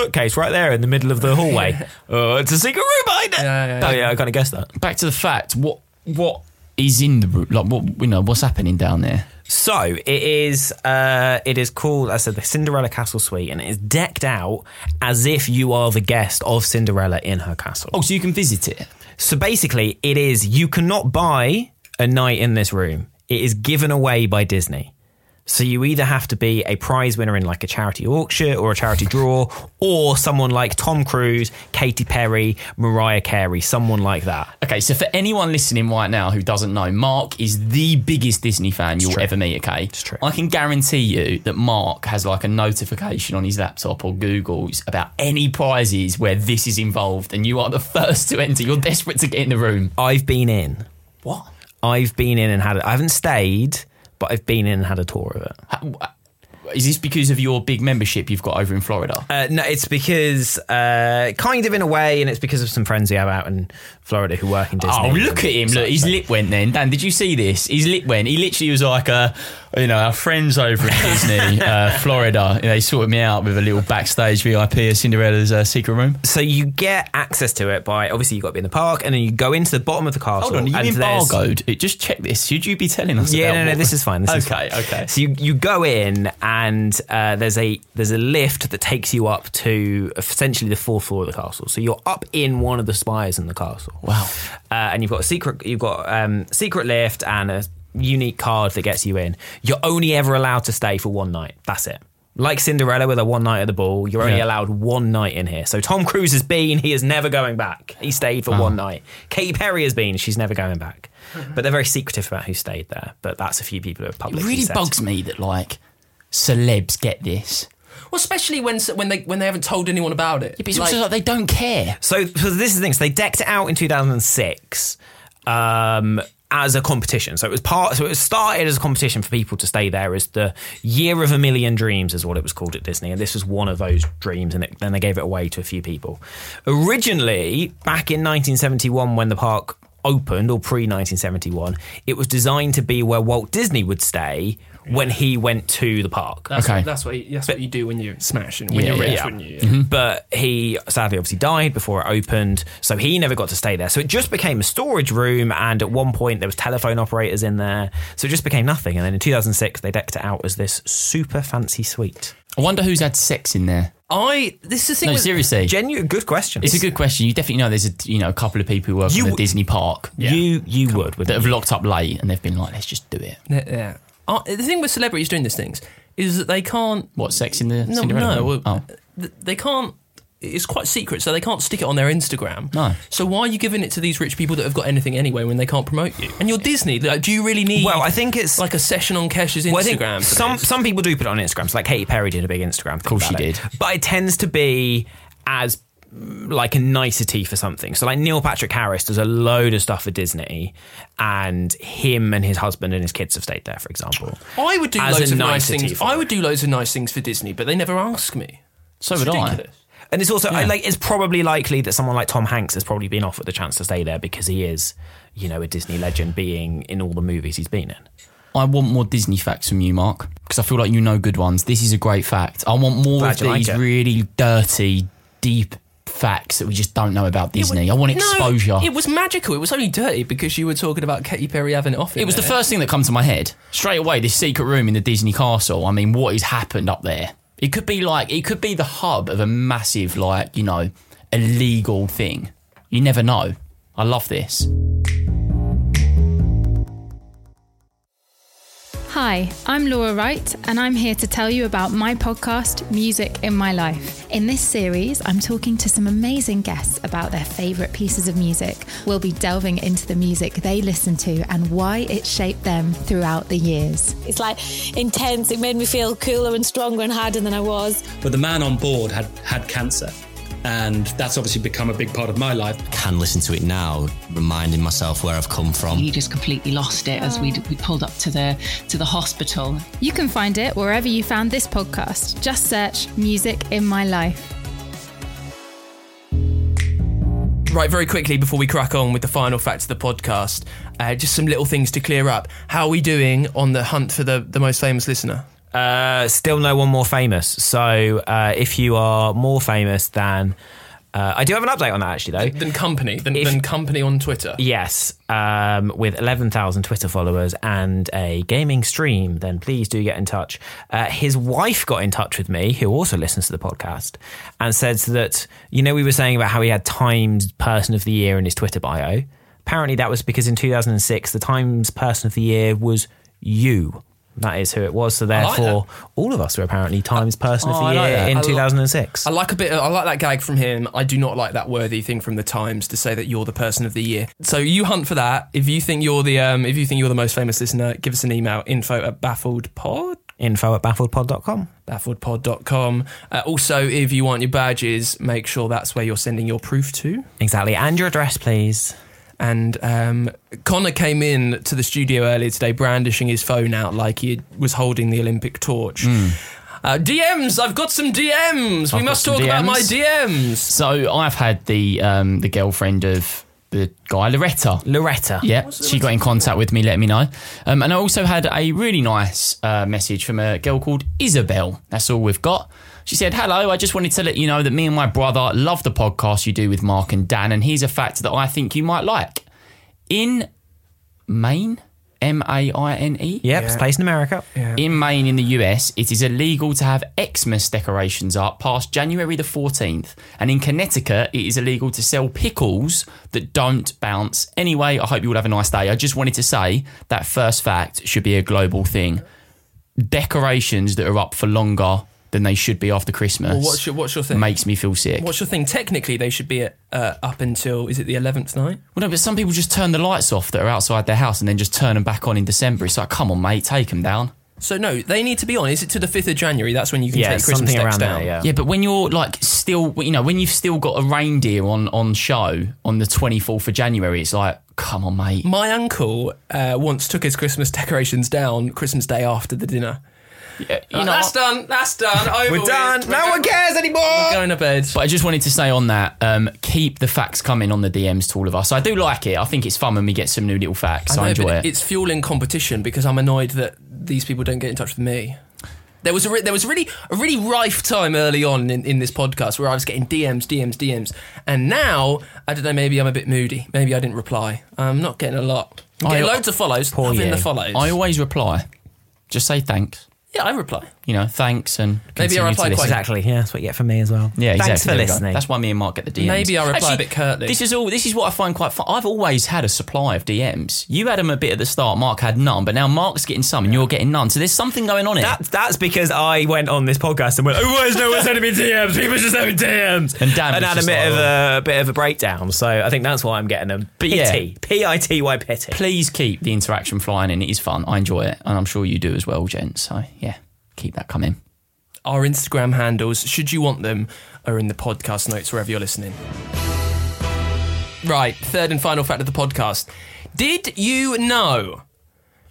Speaker 3: bookcase right there in the middle of the hallway? oh, it's a secret room behind it.
Speaker 1: Yeah, yeah,
Speaker 3: Oh, yeah, I kind of guessed that.
Speaker 2: Back to the fact. What what is in the room? Like what you know? What's happening down there?
Speaker 3: So it is. Uh, it is called, as I said, the Cinderella Castle Suite, and it is decked out as if you are the guest of Cinderella in her castle.
Speaker 2: Oh, so you can visit it.
Speaker 3: So basically, it is you cannot buy a night in this room. It is given away by Disney. So you either have to be a prize winner in like a charity auction or a charity draw, or someone like Tom Cruise, Katy Perry, Mariah Carey, someone like that.
Speaker 2: Okay, so for anyone listening right now who doesn't know, Mark is the biggest Disney fan you'll
Speaker 3: true.
Speaker 2: ever meet, okay? It's
Speaker 3: true.
Speaker 2: I can guarantee you that Mark has like a notification on his laptop or Google's about any prizes where this is involved and you are the first to enter. You're desperate to get in the room.
Speaker 3: I've been in.
Speaker 2: What?
Speaker 3: I've been in and had it. I haven't stayed, but I've been in and had a tour of it.
Speaker 2: How, uh, Is this because of your big membership you've got over in Florida?
Speaker 3: Uh, no, it's because, uh, kind of in a way, and it's because of some friends we have out in Florida who work in Disney.
Speaker 2: Oh, look at him! Look, his lip went. Then Dan, did you see this? His lip went. He literally was like, uh, you know, our friends over at Disney, uh, Florida. They sorted me out with a little backstage VIP of Cinderella's uh, secret room.
Speaker 3: So you get access to it by obviously you got to be in the park, and then you go into the bottom of the castle.
Speaker 2: Hold on, are
Speaker 3: and
Speaker 2: you
Speaker 3: there's-
Speaker 2: embargoed? It, just check this. Should you be telling us?
Speaker 3: Yeah,
Speaker 2: about
Speaker 3: no, no,
Speaker 2: what-
Speaker 3: this is fine. This is
Speaker 2: Okay,
Speaker 3: fine.
Speaker 2: okay.
Speaker 3: So you, you go in, and uh, there's a there's a lift that takes you up to essentially the fourth floor of the castle. So you're up in one of the spires in the castle.
Speaker 2: Wow.
Speaker 3: Uh, and you've got a secret you've got um, secret lift and a unique card that gets you in. You're only ever allowed to stay for one night. That's it. Like Cinderella with a one night at the ball, you're only
Speaker 2: Yeah.
Speaker 3: allowed one night in here. So Tom Cruise has been, he is never going back. He stayed for
Speaker 2: Oh.
Speaker 3: one night. Katy Perry has been, she's never going back. But they're very secretive about who stayed there. But that's a few people who have
Speaker 2: It
Speaker 3: publicly
Speaker 2: really
Speaker 3: said.
Speaker 2: bugs me that like celebs get this.
Speaker 1: Well, especially when when they when they haven't told anyone about it.
Speaker 2: Yeah, but it's
Speaker 1: Like-
Speaker 2: also like they don't care.
Speaker 3: So, so this is the thing. So they decked it out in 2006 um, as a competition. So it was part. So it started as a competition for people to stay there as the Year of a Million Dreams is what it was called at Disney, and this was one of those dreams. And it, then they gave it away to a few people. Originally, back in 1971, when the park opened or pre 1971, it was designed to be where Walt Disney would stay when he went to the park.
Speaker 1: That's
Speaker 2: Okay.
Speaker 1: What, that's what you, that's what you do when you're smashing when
Speaker 2: Yeah,
Speaker 1: you're rich,
Speaker 2: yeah.
Speaker 1: wouldn't you?
Speaker 3: But he sadly obviously died before it opened, so he never got to stay there. So it just became a storage room, and at one point there was telephone operators in there, so it just became nothing. And then in 2006 they decked it out as this super fancy suite.
Speaker 2: I wonder who's had sex in there.
Speaker 1: I this is the thing.
Speaker 2: No,
Speaker 1: with-
Speaker 2: seriously,
Speaker 3: Genuine, good question.
Speaker 2: it's a good question. You definitely know there's a you know a couple of people who work
Speaker 3: You
Speaker 2: in the
Speaker 3: w-
Speaker 2: Disney park
Speaker 3: You you would with
Speaker 2: that have locked up late and they've been like, let's just do it.
Speaker 1: Yeah, yeah. Uh, the thing with celebrities doing these things is that they can't.
Speaker 2: What sex in the
Speaker 1: No,
Speaker 2: Cinderella?
Speaker 1: no.
Speaker 2: room?
Speaker 1: Well,
Speaker 2: oh.
Speaker 1: th- they can't. It's quite secret, so they can't stick it on their Instagram.
Speaker 2: No.
Speaker 1: So why are you giving it to these rich people that have got anything anyway when they can't promote you? And you're Disney. Like, do you really need?
Speaker 3: Well, I think it's-
Speaker 1: like a session on Kesha's Instagram.
Speaker 3: Well, I think
Speaker 1: for
Speaker 3: some
Speaker 1: this?
Speaker 3: some people do put it on Instagram. So like Katy Perry did a big Instagram. Of
Speaker 2: course she did.
Speaker 3: But it tends to be as mm, like a nicety for something. So like Neil Patrick Harris does a load of stuff for Disney, and him and his husband and his kids have stayed there, for example.
Speaker 1: I would do
Speaker 3: as
Speaker 1: loads
Speaker 3: a
Speaker 1: of nice
Speaker 3: nicety
Speaker 1: things.
Speaker 3: for
Speaker 1: I
Speaker 3: it.
Speaker 1: would do loads of nice things for Disney, but they never ask me.
Speaker 2: So
Speaker 1: It's
Speaker 2: would I.
Speaker 1: ridiculous.
Speaker 3: And it's also I like it's probably likely that someone like Tom Hanks has probably been offered the chance to stay there because he is, you know, a Disney legend, being in all the movies he's been in.
Speaker 2: I want more Disney facts from you, Mark, because I feel like you know good ones. This is a great fact. I want more
Speaker 3: Glad
Speaker 2: of
Speaker 3: you like
Speaker 2: these
Speaker 3: it.
Speaker 2: really dirty, deep facts that we just don't know about Disney. I want
Speaker 1: No,
Speaker 2: exposure.
Speaker 1: it was magical. It was only dirty because you were talking about Katy Perry having it off. in
Speaker 2: It was the
Speaker 1: there.
Speaker 2: first thing that come to my head straight away. This secret room in the Disney castle. I mean, what has happened up there? It could be like it could be the hub of a massive, like you know, illegal thing. You never know. I love this.
Speaker 8: Hi, I'm Laura Wright, and I'm here to tell you about my podcast, Music in My Life. In this series, I'm talking to some amazing guests about their favourite pieces of music. We'll be delving into the music they listen to and why it shaped them throughout the years.
Speaker 9: It's like intense. It made me feel cooler and stronger and harder than I was.
Speaker 10: But the man on board had had cancer, and that's obviously become a big part of my life.
Speaker 11: can listen to it now, reminding myself where I've come from.
Speaker 12: He just completely lost it as we we pulled up to the to the hospital.
Speaker 8: You can find it wherever you found this podcast. Just search Music in My Life.
Speaker 1: Right, very quickly before we crack on with the final fact of the podcast, uh, just some little things to clear up. How are we doing on the hunt for the, the most famous listener?
Speaker 3: Uh, still no one more famous. So uh, if you are more famous than, uh, I do have an update on that actually though.
Speaker 1: Than company, than,
Speaker 3: If-
Speaker 1: than company on Twitter.
Speaker 3: Yes, um, with 11,000 Twitter followers and a gaming stream, then please do get in touch. Uh, his wife got in touch with me, who also listens to the podcast, and says that, you know, we were saying about how he had Times Person of the Year in his Twitter bio. Apparently, that was because in 2006, the Times Person of the Year was you. That is who it was. So,
Speaker 1: like that.
Speaker 3: therefore, all of us were apparently Times Person
Speaker 1: Oh, I
Speaker 3: of the
Speaker 1: like
Speaker 3: Year
Speaker 1: that. I
Speaker 3: in
Speaker 1: li-
Speaker 3: 2006.
Speaker 1: I like a bit. Of, I like that gag from him. I do not like that worthy thing from the Times to say that you're the person of the year. So you hunt for that. If you think you're the um, if you think you're the most famous listener, give us an email info at baffledpod
Speaker 3: Info at baffledpod.com.
Speaker 1: baffledpod.com. Uh, also, if you want your badges, make sure that's where you're sending your proof to.
Speaker 3: Exactly. And your address, please.
Speaker 1: And um, Connor came in to the studio earlier today brandishing his phone out like he was holding the Olympic torch. Uh, DMs, I've got some DMs. we
Speaker 2: I've
Speaker 1: must
Speaker 2: got
Speaker 1: talk
Speaker 2: some
Speaker 1: about my
Speaker 2: DMs.
Speaker 1: DMs.
Speaker 2: So I've had the um, the girlfriend of the guy, Loretta.
Speaker 3: Loretta.
Speaker 2: Yeah, she got in contact with me, let me know. Um, and I also had a really nice uh, message from a girl called Isabel. That's all we've got. She said, Hello, I just wanted to let you know that me and my brother love the podcast you do with Mark and Dan. And here's a fact that I think you might like. In Maine, M A I N E.
Speaker 3: Yep, it's placed in America.
Speaker 2: In Maine, in the US, it is illegal to have Xmas decorations up past January the 14th. And in Connecticut, it is illegal to sell pickles that don't bounce. Anyway, I hope you all have a nice day. I just wanted to say that first fact should be a global thing. Decorations that are up for longer than they should be after Christmas
Speaker 1: Well, what's your- what's your thing?
Speaker 2: makes me feel sick.
Speaker 1: What's your thing? Technically, they should be uh, up until is it the eleventh night?
Speaker 2: Well, no, but some people just turn the lights off that are outside their house and then just turn them back on in December. It's like, come on, mate, take them down.
Speaker 1: So no, they need to be on. Is it to the fifth of January? That's when you can take Christmas decks down.
Speaker 2: but when you're like still, you know, when you've still got a reindeer on on show on the 24th of January, it's like, come on, mate.
Speaker 1: My uncle uh, once took his Christmas decorations down Christmas Day after the dinner.
Speaker 2: you know,
Speaker 1: that's done. That's done. Over
Speaker 2: Oh,
Speaker 3: We're
Speaker 1: with.
Speaker 3: done. No one cares anymore. We're
Speaker 1: going to bed.
Speaker 2: But I just wanted to say on that, um, keep the facts coming on the DMs to all of us. I do like it. I think it's fun when we get some new little facts. I,
Speaker 1: I know,
Speaker 2: enjoy
Speaker 1: but
Speaker 2: it.
Speaker 1: It's fueling competition because I'm annoyed that these people don't get in touch with me. There was a re- there was really a really rife time early on in, in this podcast where I was getting DMs, DMs, DMs, and now I don't know. Maybe I'm a bit moody. Maybe I didn't reply. I'm not getting a lot. I'm getting
Speaker 2: I-
Speaker 1: loads of follows. Poor
Speaker 2: you.
Speaker 1: the follows.
Speaker 2: I always reply. Just say thanks.
Speaker 1: yeah, I reply.
Speaker 2: You know, thanks and
Speaker 1: Maybe I
Speaker 2: continue to
Speaker 1: reply quite-
Speaker 2: listen.
Speaker 3: Exactly. Yeah, that's what you get from me as well.
Speaker 2: Yeah,
Speaker 3: Thanks
Speaker 2: exactly. There
Speaker 3: for
Speaker 2: we go.
Speaker 3: listening.
Speaker 2: That's why me and Mark get the DMs.
Speaker 1: Maybe I reply
Speaker 2: Actually,
Speaker 1: a bit curtly.
Speaker 2: This is all. This is what I find quite fun. I've always had a supply of DMs. You had them a bit at the start. Mark had none, but now Mark's getting some, and you're getting none. So there's something going on here.
Speaker 3: That, that's because I went on this podcast and went, oh, why is no one sending me DMs? People just send me DMs.
Speaker 2: And Dan
Speaker 3: and
Speaker 2: was
Speaker 3: had a
Speaker 2: just
Speaker 3: bit
Speaker 2: like,
Speaker 3: of
Speaker 2: "Oh."
Speaker 3: a, a bit of a breakdown. So I think that's why I'm getting them.
Speaker 2: But
Speaker 3: But
Speaker 2: yeah.
Speaker 3: pity. P-I-T-Y pity.
Speaker 2: Please keep the interaction flying in. It is fun. I enjoy it, and I'm sure you do as well, Jen. So yeah, keep that coming.
Speaker 1: Our Instagram handles, should you want them, are in the podcast notes wherever you're listening. Right, third and final fact of the podcast. Did you know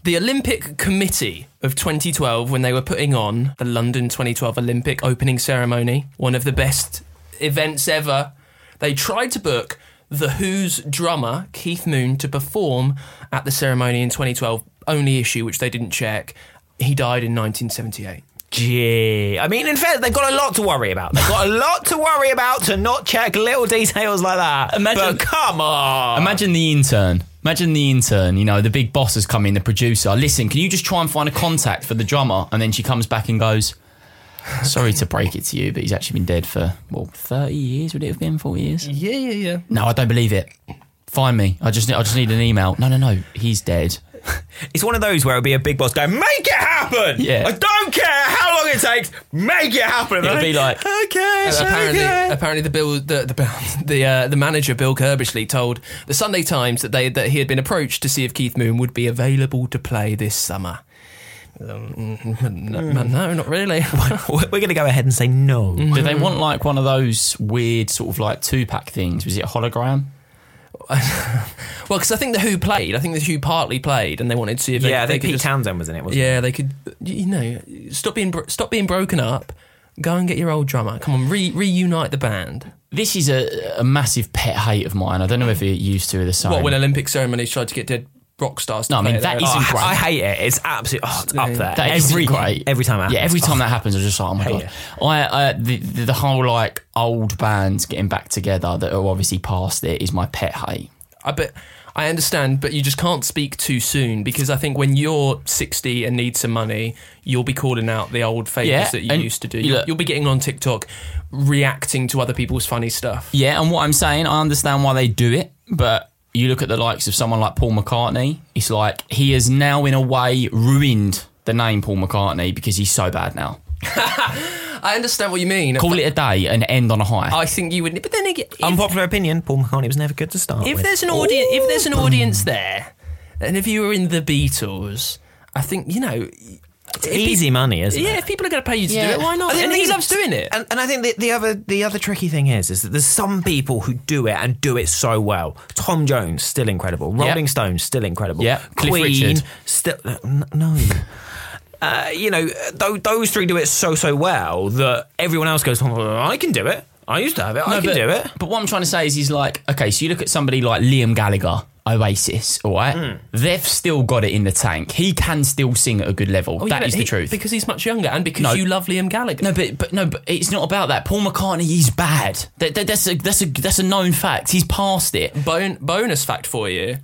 Speaker 1: the Olympic Committee of 2012, when they were putting on the London 2012 Olympic opening ceremony, one of the best events ever, they tried to book The Who's drummer, Keith Moon, to perform at the ceremony in 2012. Only issue, which they didn't check, he died in 1978.
Speaker 3: Gee. I mean, in fact, they've got a lot to worry about. They've got a lot to worry about to not check little details like that.
Speaker 2: Imagine-
Speaker 3: but come on.
Speaker 2: Imagine the intern. Imagine the intern, you know, the big boss has come in, the producer. Listen, can you just try and find a contact for the drummer? And then she comes back and goes, Sorry to break it to you, but he's actually been dead for, well, 30 years, would it have been? 40 years?
Speaker 1: Yeah, yeah, yeah.
Speaker 2: No, I don't believe it. Find me. I just, I just need an email. No, no, no. He's dead.
Speaker 3: It's one of those where it'll be a big boss going, make it happen.
Speaker 2: Yeah.
Speaker 3: I don't care how long it takes, make it happen.
Speaker 2: It'll be like-
Speaker 3: okay,
Speaker 1: And
Speaker 3: it's
Speaker 1: uh, apparently,
Speaker 3: okay.
Speaker 1: apparently the bill, the the Bill- the, uh, the manager Bill Kerbishley told the Sunday Times that they that he had been approached to see if Keith Moon would be available to play this summer. Um, mm, no, no, not really.
Speaker 3: We're going to go ahead and say no.
Speaker 1: Mm-hmm.
Speaker 2: Did they want like one of those weird sort of like two pack things? Was it a hologram?
Speaker 1: well, because I think the Who played. I think the Who partly played, and they wanted to see if
Speaker 3: yeah, I
Speaker 1: they, they
Speaker 3: think
Speaker 1: could
Speaker 3: Pete
Speaker 1: just-
Speaker 3: Townsend was in it, wasn't
Speaker 1: yeah, they could. You know, stop being bro- stop being broken up. Go and get your old drummer. Come on, re- reunite the band.
Speaker 2: This is a, a massive pet hate of mine. I don't know if you're used to the same.
Speaker 1: What when Olympic ceremonies tried to get dead rock stars? To
Speaker 2: No, I
Speaker 1: play
Speaker 2: mean,
Speaker 1: at their-
Speaker 2: that isn't
Speaker 1: Oh,
Speaker 2: great.
Speaker 3: I hate it. It's absolutely oh, it's up there.
Speaker 2: That is
Speaker 3: every,
Speaker 2: great.
Speaker 3: every time it happens.
Speaker 2: Yeah, every time
Speaker 3: Oh,
Speaker 2: that happens, I'm just like, oh my god. I, I the, the the whole like old bands getting back together that are obviously past it is my pet hate.
Speaker 1: I but I understand, but you just can't speak too soon because I think when you're 60 and need some money, you'll be calling out the old favors
Speaker 2: Yeah,
Speaker 1: that you
Speaker 2: and
Speaker 1: used to do.
Speaker 2: you
Speaker 1: You'll,
Speaker 2: look-
Speaker 1: you'll be getting on TikTok, reacting to other people's funny stuff.
Speaker 2: Yeah, and what I'm saying, I understand why they do it, but you look at the likes of someone like Paul McCartney. It's like he has now, in a way, ruined the name Paul McCartney because he's so bad now.
Speaker 1: I understand what you mean.
Speaker 2: Call it a day and end on a high.
Speaker 1: I think you would, but then again, if,
Speaker 3: Unpopular opinion: Paul McCartney was never good to start
Speaker 1: if
Speaker 3: with.
Speaker 1: there's an audience, if there's an audience there, and if you were in the Beatles, I think you know,
Speaker 3: it's easy money, isn't
Speaker 1: yeah,
Speaker 3: it?
Speaker 1: if people are going to pay you to
Speaker 2: Yeah.
Speaker 1: do it, why not?
Speaker 3: I think
Speaker 1: And he
Speaker 3: it's-
Speaker 1: loves doing it.
Speaker 3: And, and I think the, the other the other tricky thing is is that there's some people who do it and do it so well. Tom Jones still incredible. Rolling Stones still incredible.
Speaker 2: Yeah. Cliff
Speaker 3: Queen
Speaker 2: Richard.
Speaker 3: still n- no. uh, you know, th- those three do it so so well that everyone else goes, oh, I can do it. I used to have it. I
Speaker 2: No,
Speaker 3: can
Speaker 2: but,
Speaker 3: do it.
Speaker 2: But what I'm trying to say is, he's like, okay, so you look at somebody like Liam Gallagher, Oasis, all right? They've still got it in the tank. He can still sing at a good level. That is
Speaker 1: Oh, yeah, but
Speaker 2: the
Speaker 1: he-
Speaker 2: truth.
Speaker 1: Because he's much younger and because
Speaker 2: No.
Speaker 1: you love Liam Gallagher.
Speaker 2: No, but but no, but it's not about that. Paul McCartney, he's bad. That, that- that's a that's a that's a known fact. He's past it.
Speaker 1: Bon- bonus fact for you.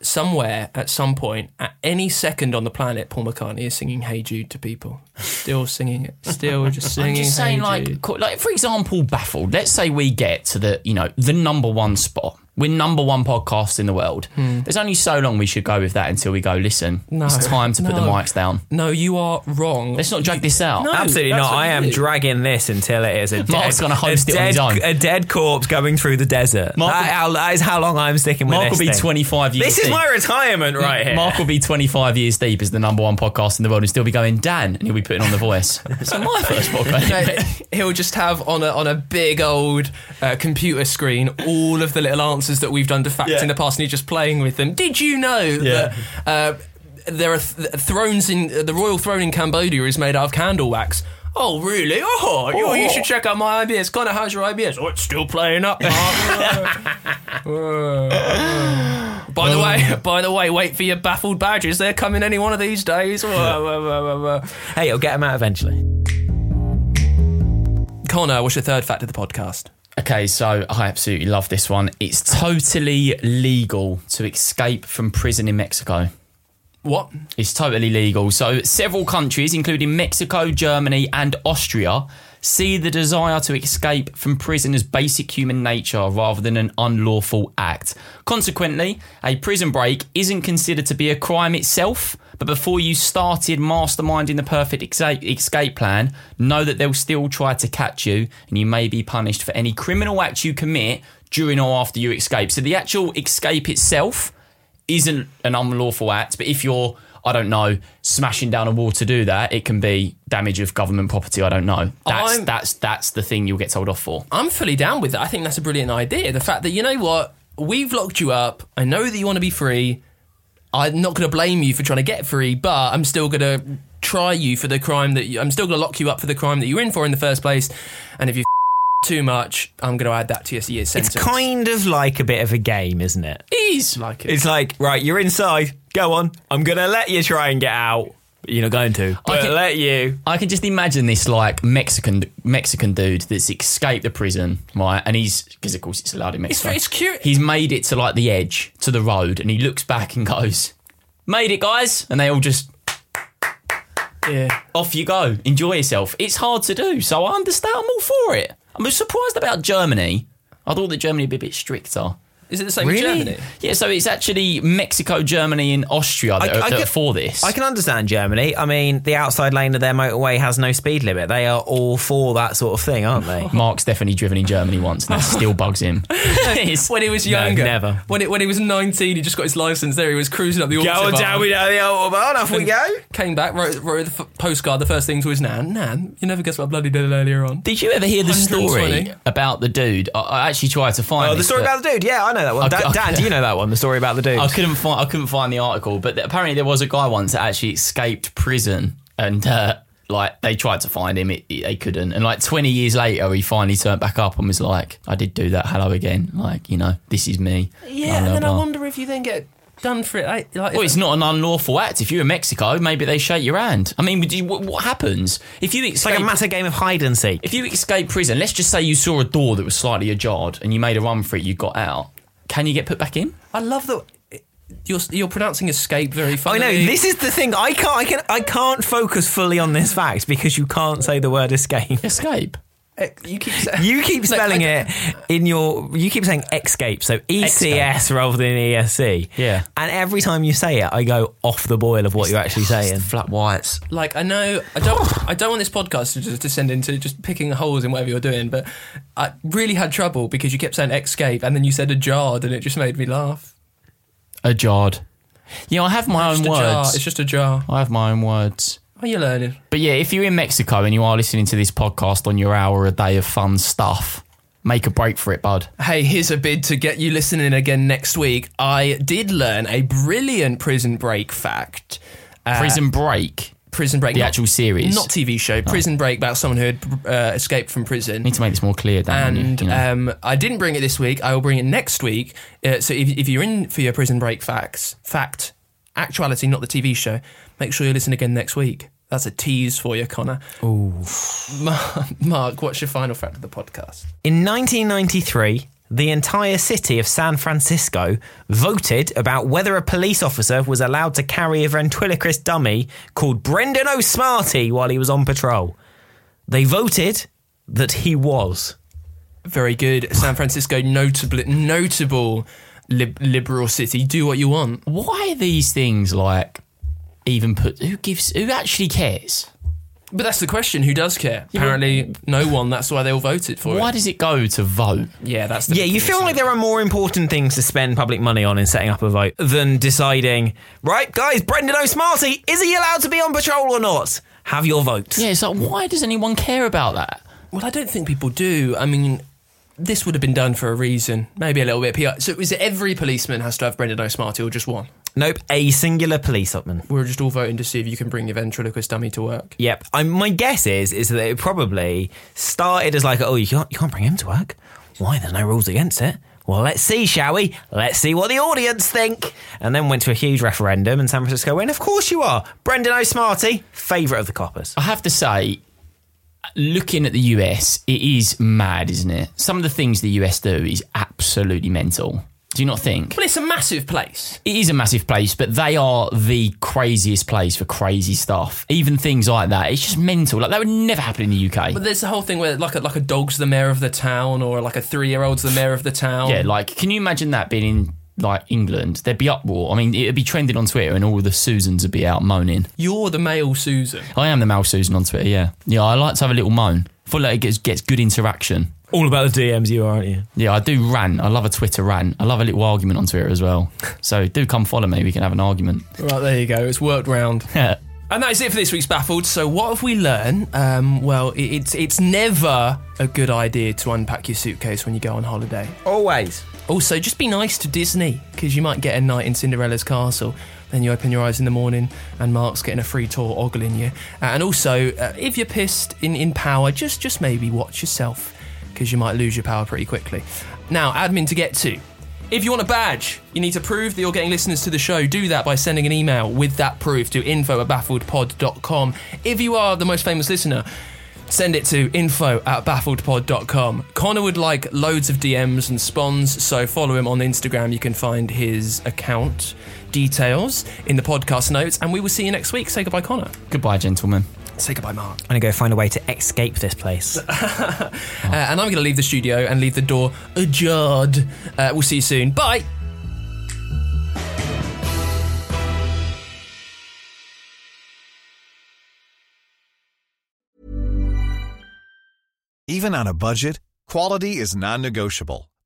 Speaker 1: Somewhere at some point, at any second on the planet, Paul McCartney is singing Hey Jude to people. Still singing it. Still just singing
Speaker 2: I'm just
Speaker 1: Hey
Speaker 2: saying,
Speaker 1: Jude.
Speaker 2: like, co- like for example, baffled. Let's say we get to the you know the number one spot. We're number one podcast in the world.
Speaker 1: Hmm.
Speaker 2: There's only so long we should go with that until we go. Listen,
Speaker 1: No.
Speaker 2: it's time to put the
Speaker 1: No.
Speaker 2: mics down.
Speaker 1: No, you are wrong.
Speaker 2: Let's not drag this out.
Speaker 3: Absolutely not. I am dragging this until it is a dead,
Speaker 2: Mark's gonna host
Speaker 3: a
Speaker 2: it on his
Speaker 3: dead-
Speaker 2: own.
Speaker 3: A dead corpse going through the desert.
Speaker 2: Mark
Speaker 3: that,
Speaker 2: will-
Speaker 3: how- that is how long I'm sticking with
Speaker 2: Mark
Speaker 3: this
Speaker 2: will be
Speaker 3: thing.
Speaker 2: 25 years.
Speaker 3: This is
Speaker 2: deep.
Speaker 3: my retirement right here.
Speaker 2: Mark will be 25 years deep as the number one podcast in the world and still be going Dan, and he'll be putting on the voice. so my first podcast.
Speaker 1: No, he'll just have on a on a big old uh, computer screen all of the little answers that we've done to fact
Speaker 2: Yeah.
Speaker 1: in the past, and he's just playing with them. Did you know that uh, there are th- thrones in the royal throne in Cambodia is made out of candle wax? Oh really? Oh, you, you should check out my IBS. Connor, how's your IBS? Oh, it's still playing up. By the way, by the way, wait for your baffled badges. They're coming any one of these days. Whoa, whoa, whoa, whoa, whoa.
Speaker 3: Hey, it'll get him out eventually.
Speaker 1: Connor, what's your third fact of the podcast?
Speaker 2: Okay, so I absolutely love this one. It's totally legal to escape from prison in Mexico.
Speaker 1: What?
Speaker 2: It's totally legal. So, several countries, including Mexico, Germany, and Austria, see the desire to escape from prison as basic human nature rather than an unlawful act. Consequently, a prison break isn't considered to be a crime itself. But before you started masterminding the perfect exa- escape plan, know that they'll still try to catch you and you may be punished for any criminal act you commit during or after you escape. So, the actual escape itself isn't an unlawful act, but if you're, I don't know, smashing down a wall to do that, it can be damage of government property. I don't know. That's
Speaker 1: I'm-
Speaker 2: that's that's the thing you'll get told off for.
Speaker 1: I'm fully down with that. I think that's a brilliant idea. The fact that you know what, we've locked you up. I know that you want to be free. I'm not going to blame you for trying to get free, but I'm still going to try you for the crime that you, I'm still going to lock you up for the crime that you're in for in the first place. And if you too much, I'm going to add that to your, your sentence.
Speaker 3: It's kind of like a bit of a game, isn't it?
Speaker 1: He's like it.
Speaker 3: It's like, right, you're inside. Go on. I'm going to let you try and get out. But you're not going to. But
Speaker 2: can-
Speaker 3: let you.
Speaker 2: I can just imagine this like Mexican Mexican dude that's escaped the prison, right? And he's because of course it's allowed in Mexico.
Speaker 1: it's curious-
Speaker 2: He's made it to like the edge to the road, and he looks back and goes, "Made it, guys!" And they all just
Speaker 1: yeah.
Speaker 2: off you go, enjoy yourself. It's hard to do, so I understand. I'm all for it. I'm surprised about Germany. I thought that Germany would be a bit stricter.
Speaker 1: Is it the same with Germany?
Speaker 2: Yeah, so it's actually Mexico, Germany, and Austria that,
Speaker 3: I-
Speaker 2: are,
Speaker 3: I
Speaker 2: that
Speaker 3: can-
Speaker 2: are for this.
Speaker 3: I can understand Germany. I mean, the outside lane of their motorway has no speed limit. They are all for that sort of thing, aren't they?
Speaker 2: Mark's definitely driven in Germany once, and that
Speaker 3: Oh.
Speaker 2: still bugs him. It's-
Speaker 1: When he was younger,
Speaker 3: never.
Speaker 1: When it, when he was 19, he just got his license. There, he was cruising up the
Speaker 3: Go
Speaker 1: autobahn.
Speaker 3: down we down the autobahn. Off we go.
Speaker 1: Came back, wrote, wrote the f- postcard. The first thing to his nan, nan, you never guess what I bloody did earlier on.
Speaker 2: Did you ever hear the story
Speaker 1: 120?
Speaker 2: about the dude? I, I actually tried to find
Speaker 3: Oh, the
Speaker 2: this,
Speaker 3: story
Speaker 2: but-
Speaker 3: about the dude. Yeah, I know that one.
Speaker 2: Okay,
Speaker 3: Dan, Dan,
Speaker 2: okay.
Speaker 3: do you know that one? The story about the dude.
Speaker 2: I couldn't find I couldn't find the article, but th- apparently there was a guy once that actually escaped prison and uh, like they tried to find him, it, it- they couldn't, and like twenty years later he finally turned back up and was like, "I did do that, hello again, like you know this is me."
Speaker 1: Yeah,
Speaker 2: blah,
Speaker 1: and
Speaker 2: blah,
Speaker 1: then I
Speaker 2: blah."
Speaker 1: wonder if you then get done for it. Like, like
Speaker 2: Well, it's not an unlawful act. If you're in Mexico, maybe they shake your hand. I mean, would you, what, what happens if you escape?
Speaker 3: It's like a massive game of hide and seek.
Speaker 2: if you escape prison, let's just say you saw a door that was slightly ajarred and you made a run for it, you got out. Can you get put back in?
Speaker 1: I love that you're you're pronouncing escape very
Speaker 3: I
Speaker 1: funny.
Speaker 3: know this is the thing. I can't. I can. I can't focus fully on this fact because you can't say the word escape.
Speaker 2: Escape.
Speaker 1: You keep saying
Speaker 3: You keep
Speaker 1: Like,
Speaker 3: spelling
Speaker 1: I-
Speaker 3: it in your. You keep saying escape, so E C S rather than E S C.
Speaker 2: Yeah.
Speaker 3: And every time you say it, I go off the boil of what you're actually saying.
Speaker 2: oh, Flat whites.
Speaker 1: like I know I don't I don't want this podcast to just descend into just picking holes in whatever you're doing, but I really had trouble because you kept saying escape and then you said ajarred and it just made me laugh.
Speaker 2: Ajarred. Yeah, I have my own
Speaker 1: Just a jar.
Speaker 2: words.
Speaker 1: It's just a jar.
Speaker 2: I have my own words.
Speaker 1: Are you learning?
Speaker 2: But yeah, if you're in Mexico and you are listening to this podcast on your hour a day of fun stuff, make a break for it, bud.
Speaker 1: Hey, here's a bid to get you listening again next week. I did learn a brilliant prison break fact.
Speaker 2: Uh, Prison break.
Speaker 1: Prison Break,
Speaker 2: The
Speaker 1: not-
Speaker 2: actual series? Oh.
Speaker 1: not TV show, Prison Break, about someone who had uh, escaped from prison.
Speaker 2: Need to make this more clear, Dan. you-
Speaker 1: and
Speaker 2: you know.
Speaker 1: um, I didn't bring it this week. I will bring it next week. Uh, so if, if you're in for your prison break facts, fact, actuality, not the TV show, make sure you listen again next week. That's a tease for you, Connor.
Speaker 3: Ooh.
Speaker 1: Mark, Mark, what's your final fact of the podcast?
Speaker 3: In 1993, the entire city of San Francisco voted about whether a police officer was allowed to carry a ventriloquist dummy called Brendan O'Smarty while he was on patrol. They voted that he was.
Speaker 1: Very good. San Francisco, notable, notable lib- liberal city. Do what you want.
Speaker 2: Why are these things like even put? Who gives? Who actually cares?
Speaker 1: But that's the question. Who does care? Apparently, no one. That's why they all voted for it.
Speaker 2: Why does it go to vote?
Speaker 1: Yeah, that's the
Speaker 3: Yeah, you feel like there are more important things to spend public money on in setting up a vote than deciding, right, guys, Brendan O'Smarty, is he allowed to be on patrol or not? Have your vote.
Speaker 2: Yeah, it's like why does anyone care about that?
Speaker 1: Well, I don't think people do. I mean, this would have been done for a reason. Maybe a little bit of PR. So is it every policeman has to have Brendan O'Smarty or just one?
Speaker 3: Nope, a singular policeman.
Speaker 1: We're just all voting to see if you can bring your ventriloquist dummy to work.
Speaker 3: Yep. I, my guess is is that it probably started as like, oh, you can't you can't bring him to work. Why? There's no rules against it. Well, let's see, shall we? Let's see what the audience think. And then went to a huge referendum, and San Francisco went, of course you are. Brendan O'Smarty, favourite of the coppers.
Speaker 2: I have to say, looking at the US, it is mad, isn't it? Some of the things the US do is absolutely mental. Do you not think?
Speaker 1: Well, it's a massive place.
Speaker 2: It is a massive place, but they are the craziest place for crazy stuff. Even things like that. It's just mental. Like that would never happen in the UK.
Speaker 1: But there's the whole thing where like a, like a dog's the mayor of the town or like a three year old's the mayor of the town.
Speaker 2: Yeah, like can you imagine that being in like England? There'd be uproar. I mean, it'd be trending on Twitter, and all the Susans would be out moaning.
Speaker 1: You're the male Susan.
Speaker 2: I am the male Susan on Twitter. Yeah, yeah. I like to have a little moan. I feel like it gets, gets good interaction.
Speaker 3: All about the DMs, you are, aren't you?
Speaker 2: Yeah, I do rant. I love a Twitter rant. I love a little argument on Twitter as well. So do come follow me. We can have an argument.
Speaker 1: Right, there you go. It's worked round. And that is it for this week's Baffled. So, what have we learned? Um, well, it, it's it's never a good idea to unpack your suitcase when you go on holiday.
Speaker 3: Always.
Speaker 1: Also, just be nice to Disney because you might get a night in Cinderella's castle. Then you open your eyes in the morning and Mark's getting a free tour ogling you. Uh, and also, uh, if you're pissed in, in power, just just maybe watch yourself because you might lose your power pretty quickly. Now, admin to get to. If you want a badge, you need to prove that you're getting listeners to the show. Do that by sending an email with that proof to info at baffledpod.com. If you are the most famous listener, send it to info at baffledpod.com. Connor would like loads of DMs and spawns, so follow him on Instagram. You can find his account details in the podcast notes, and we will see you next week. Say goodbye, Connor.
Speaker 2: Goodbye, gentlemen.
Speaker 1: Say goodbye, Mark.
Speaker 3: I'm gonna go find a way to escape this place.
Speaker 1: Uh, and I'm going to leave the studio and leave the door ajar. Uh, we'll see you soon. Bye.
Speaker 13: Even on a budget, quality is non-negotiable.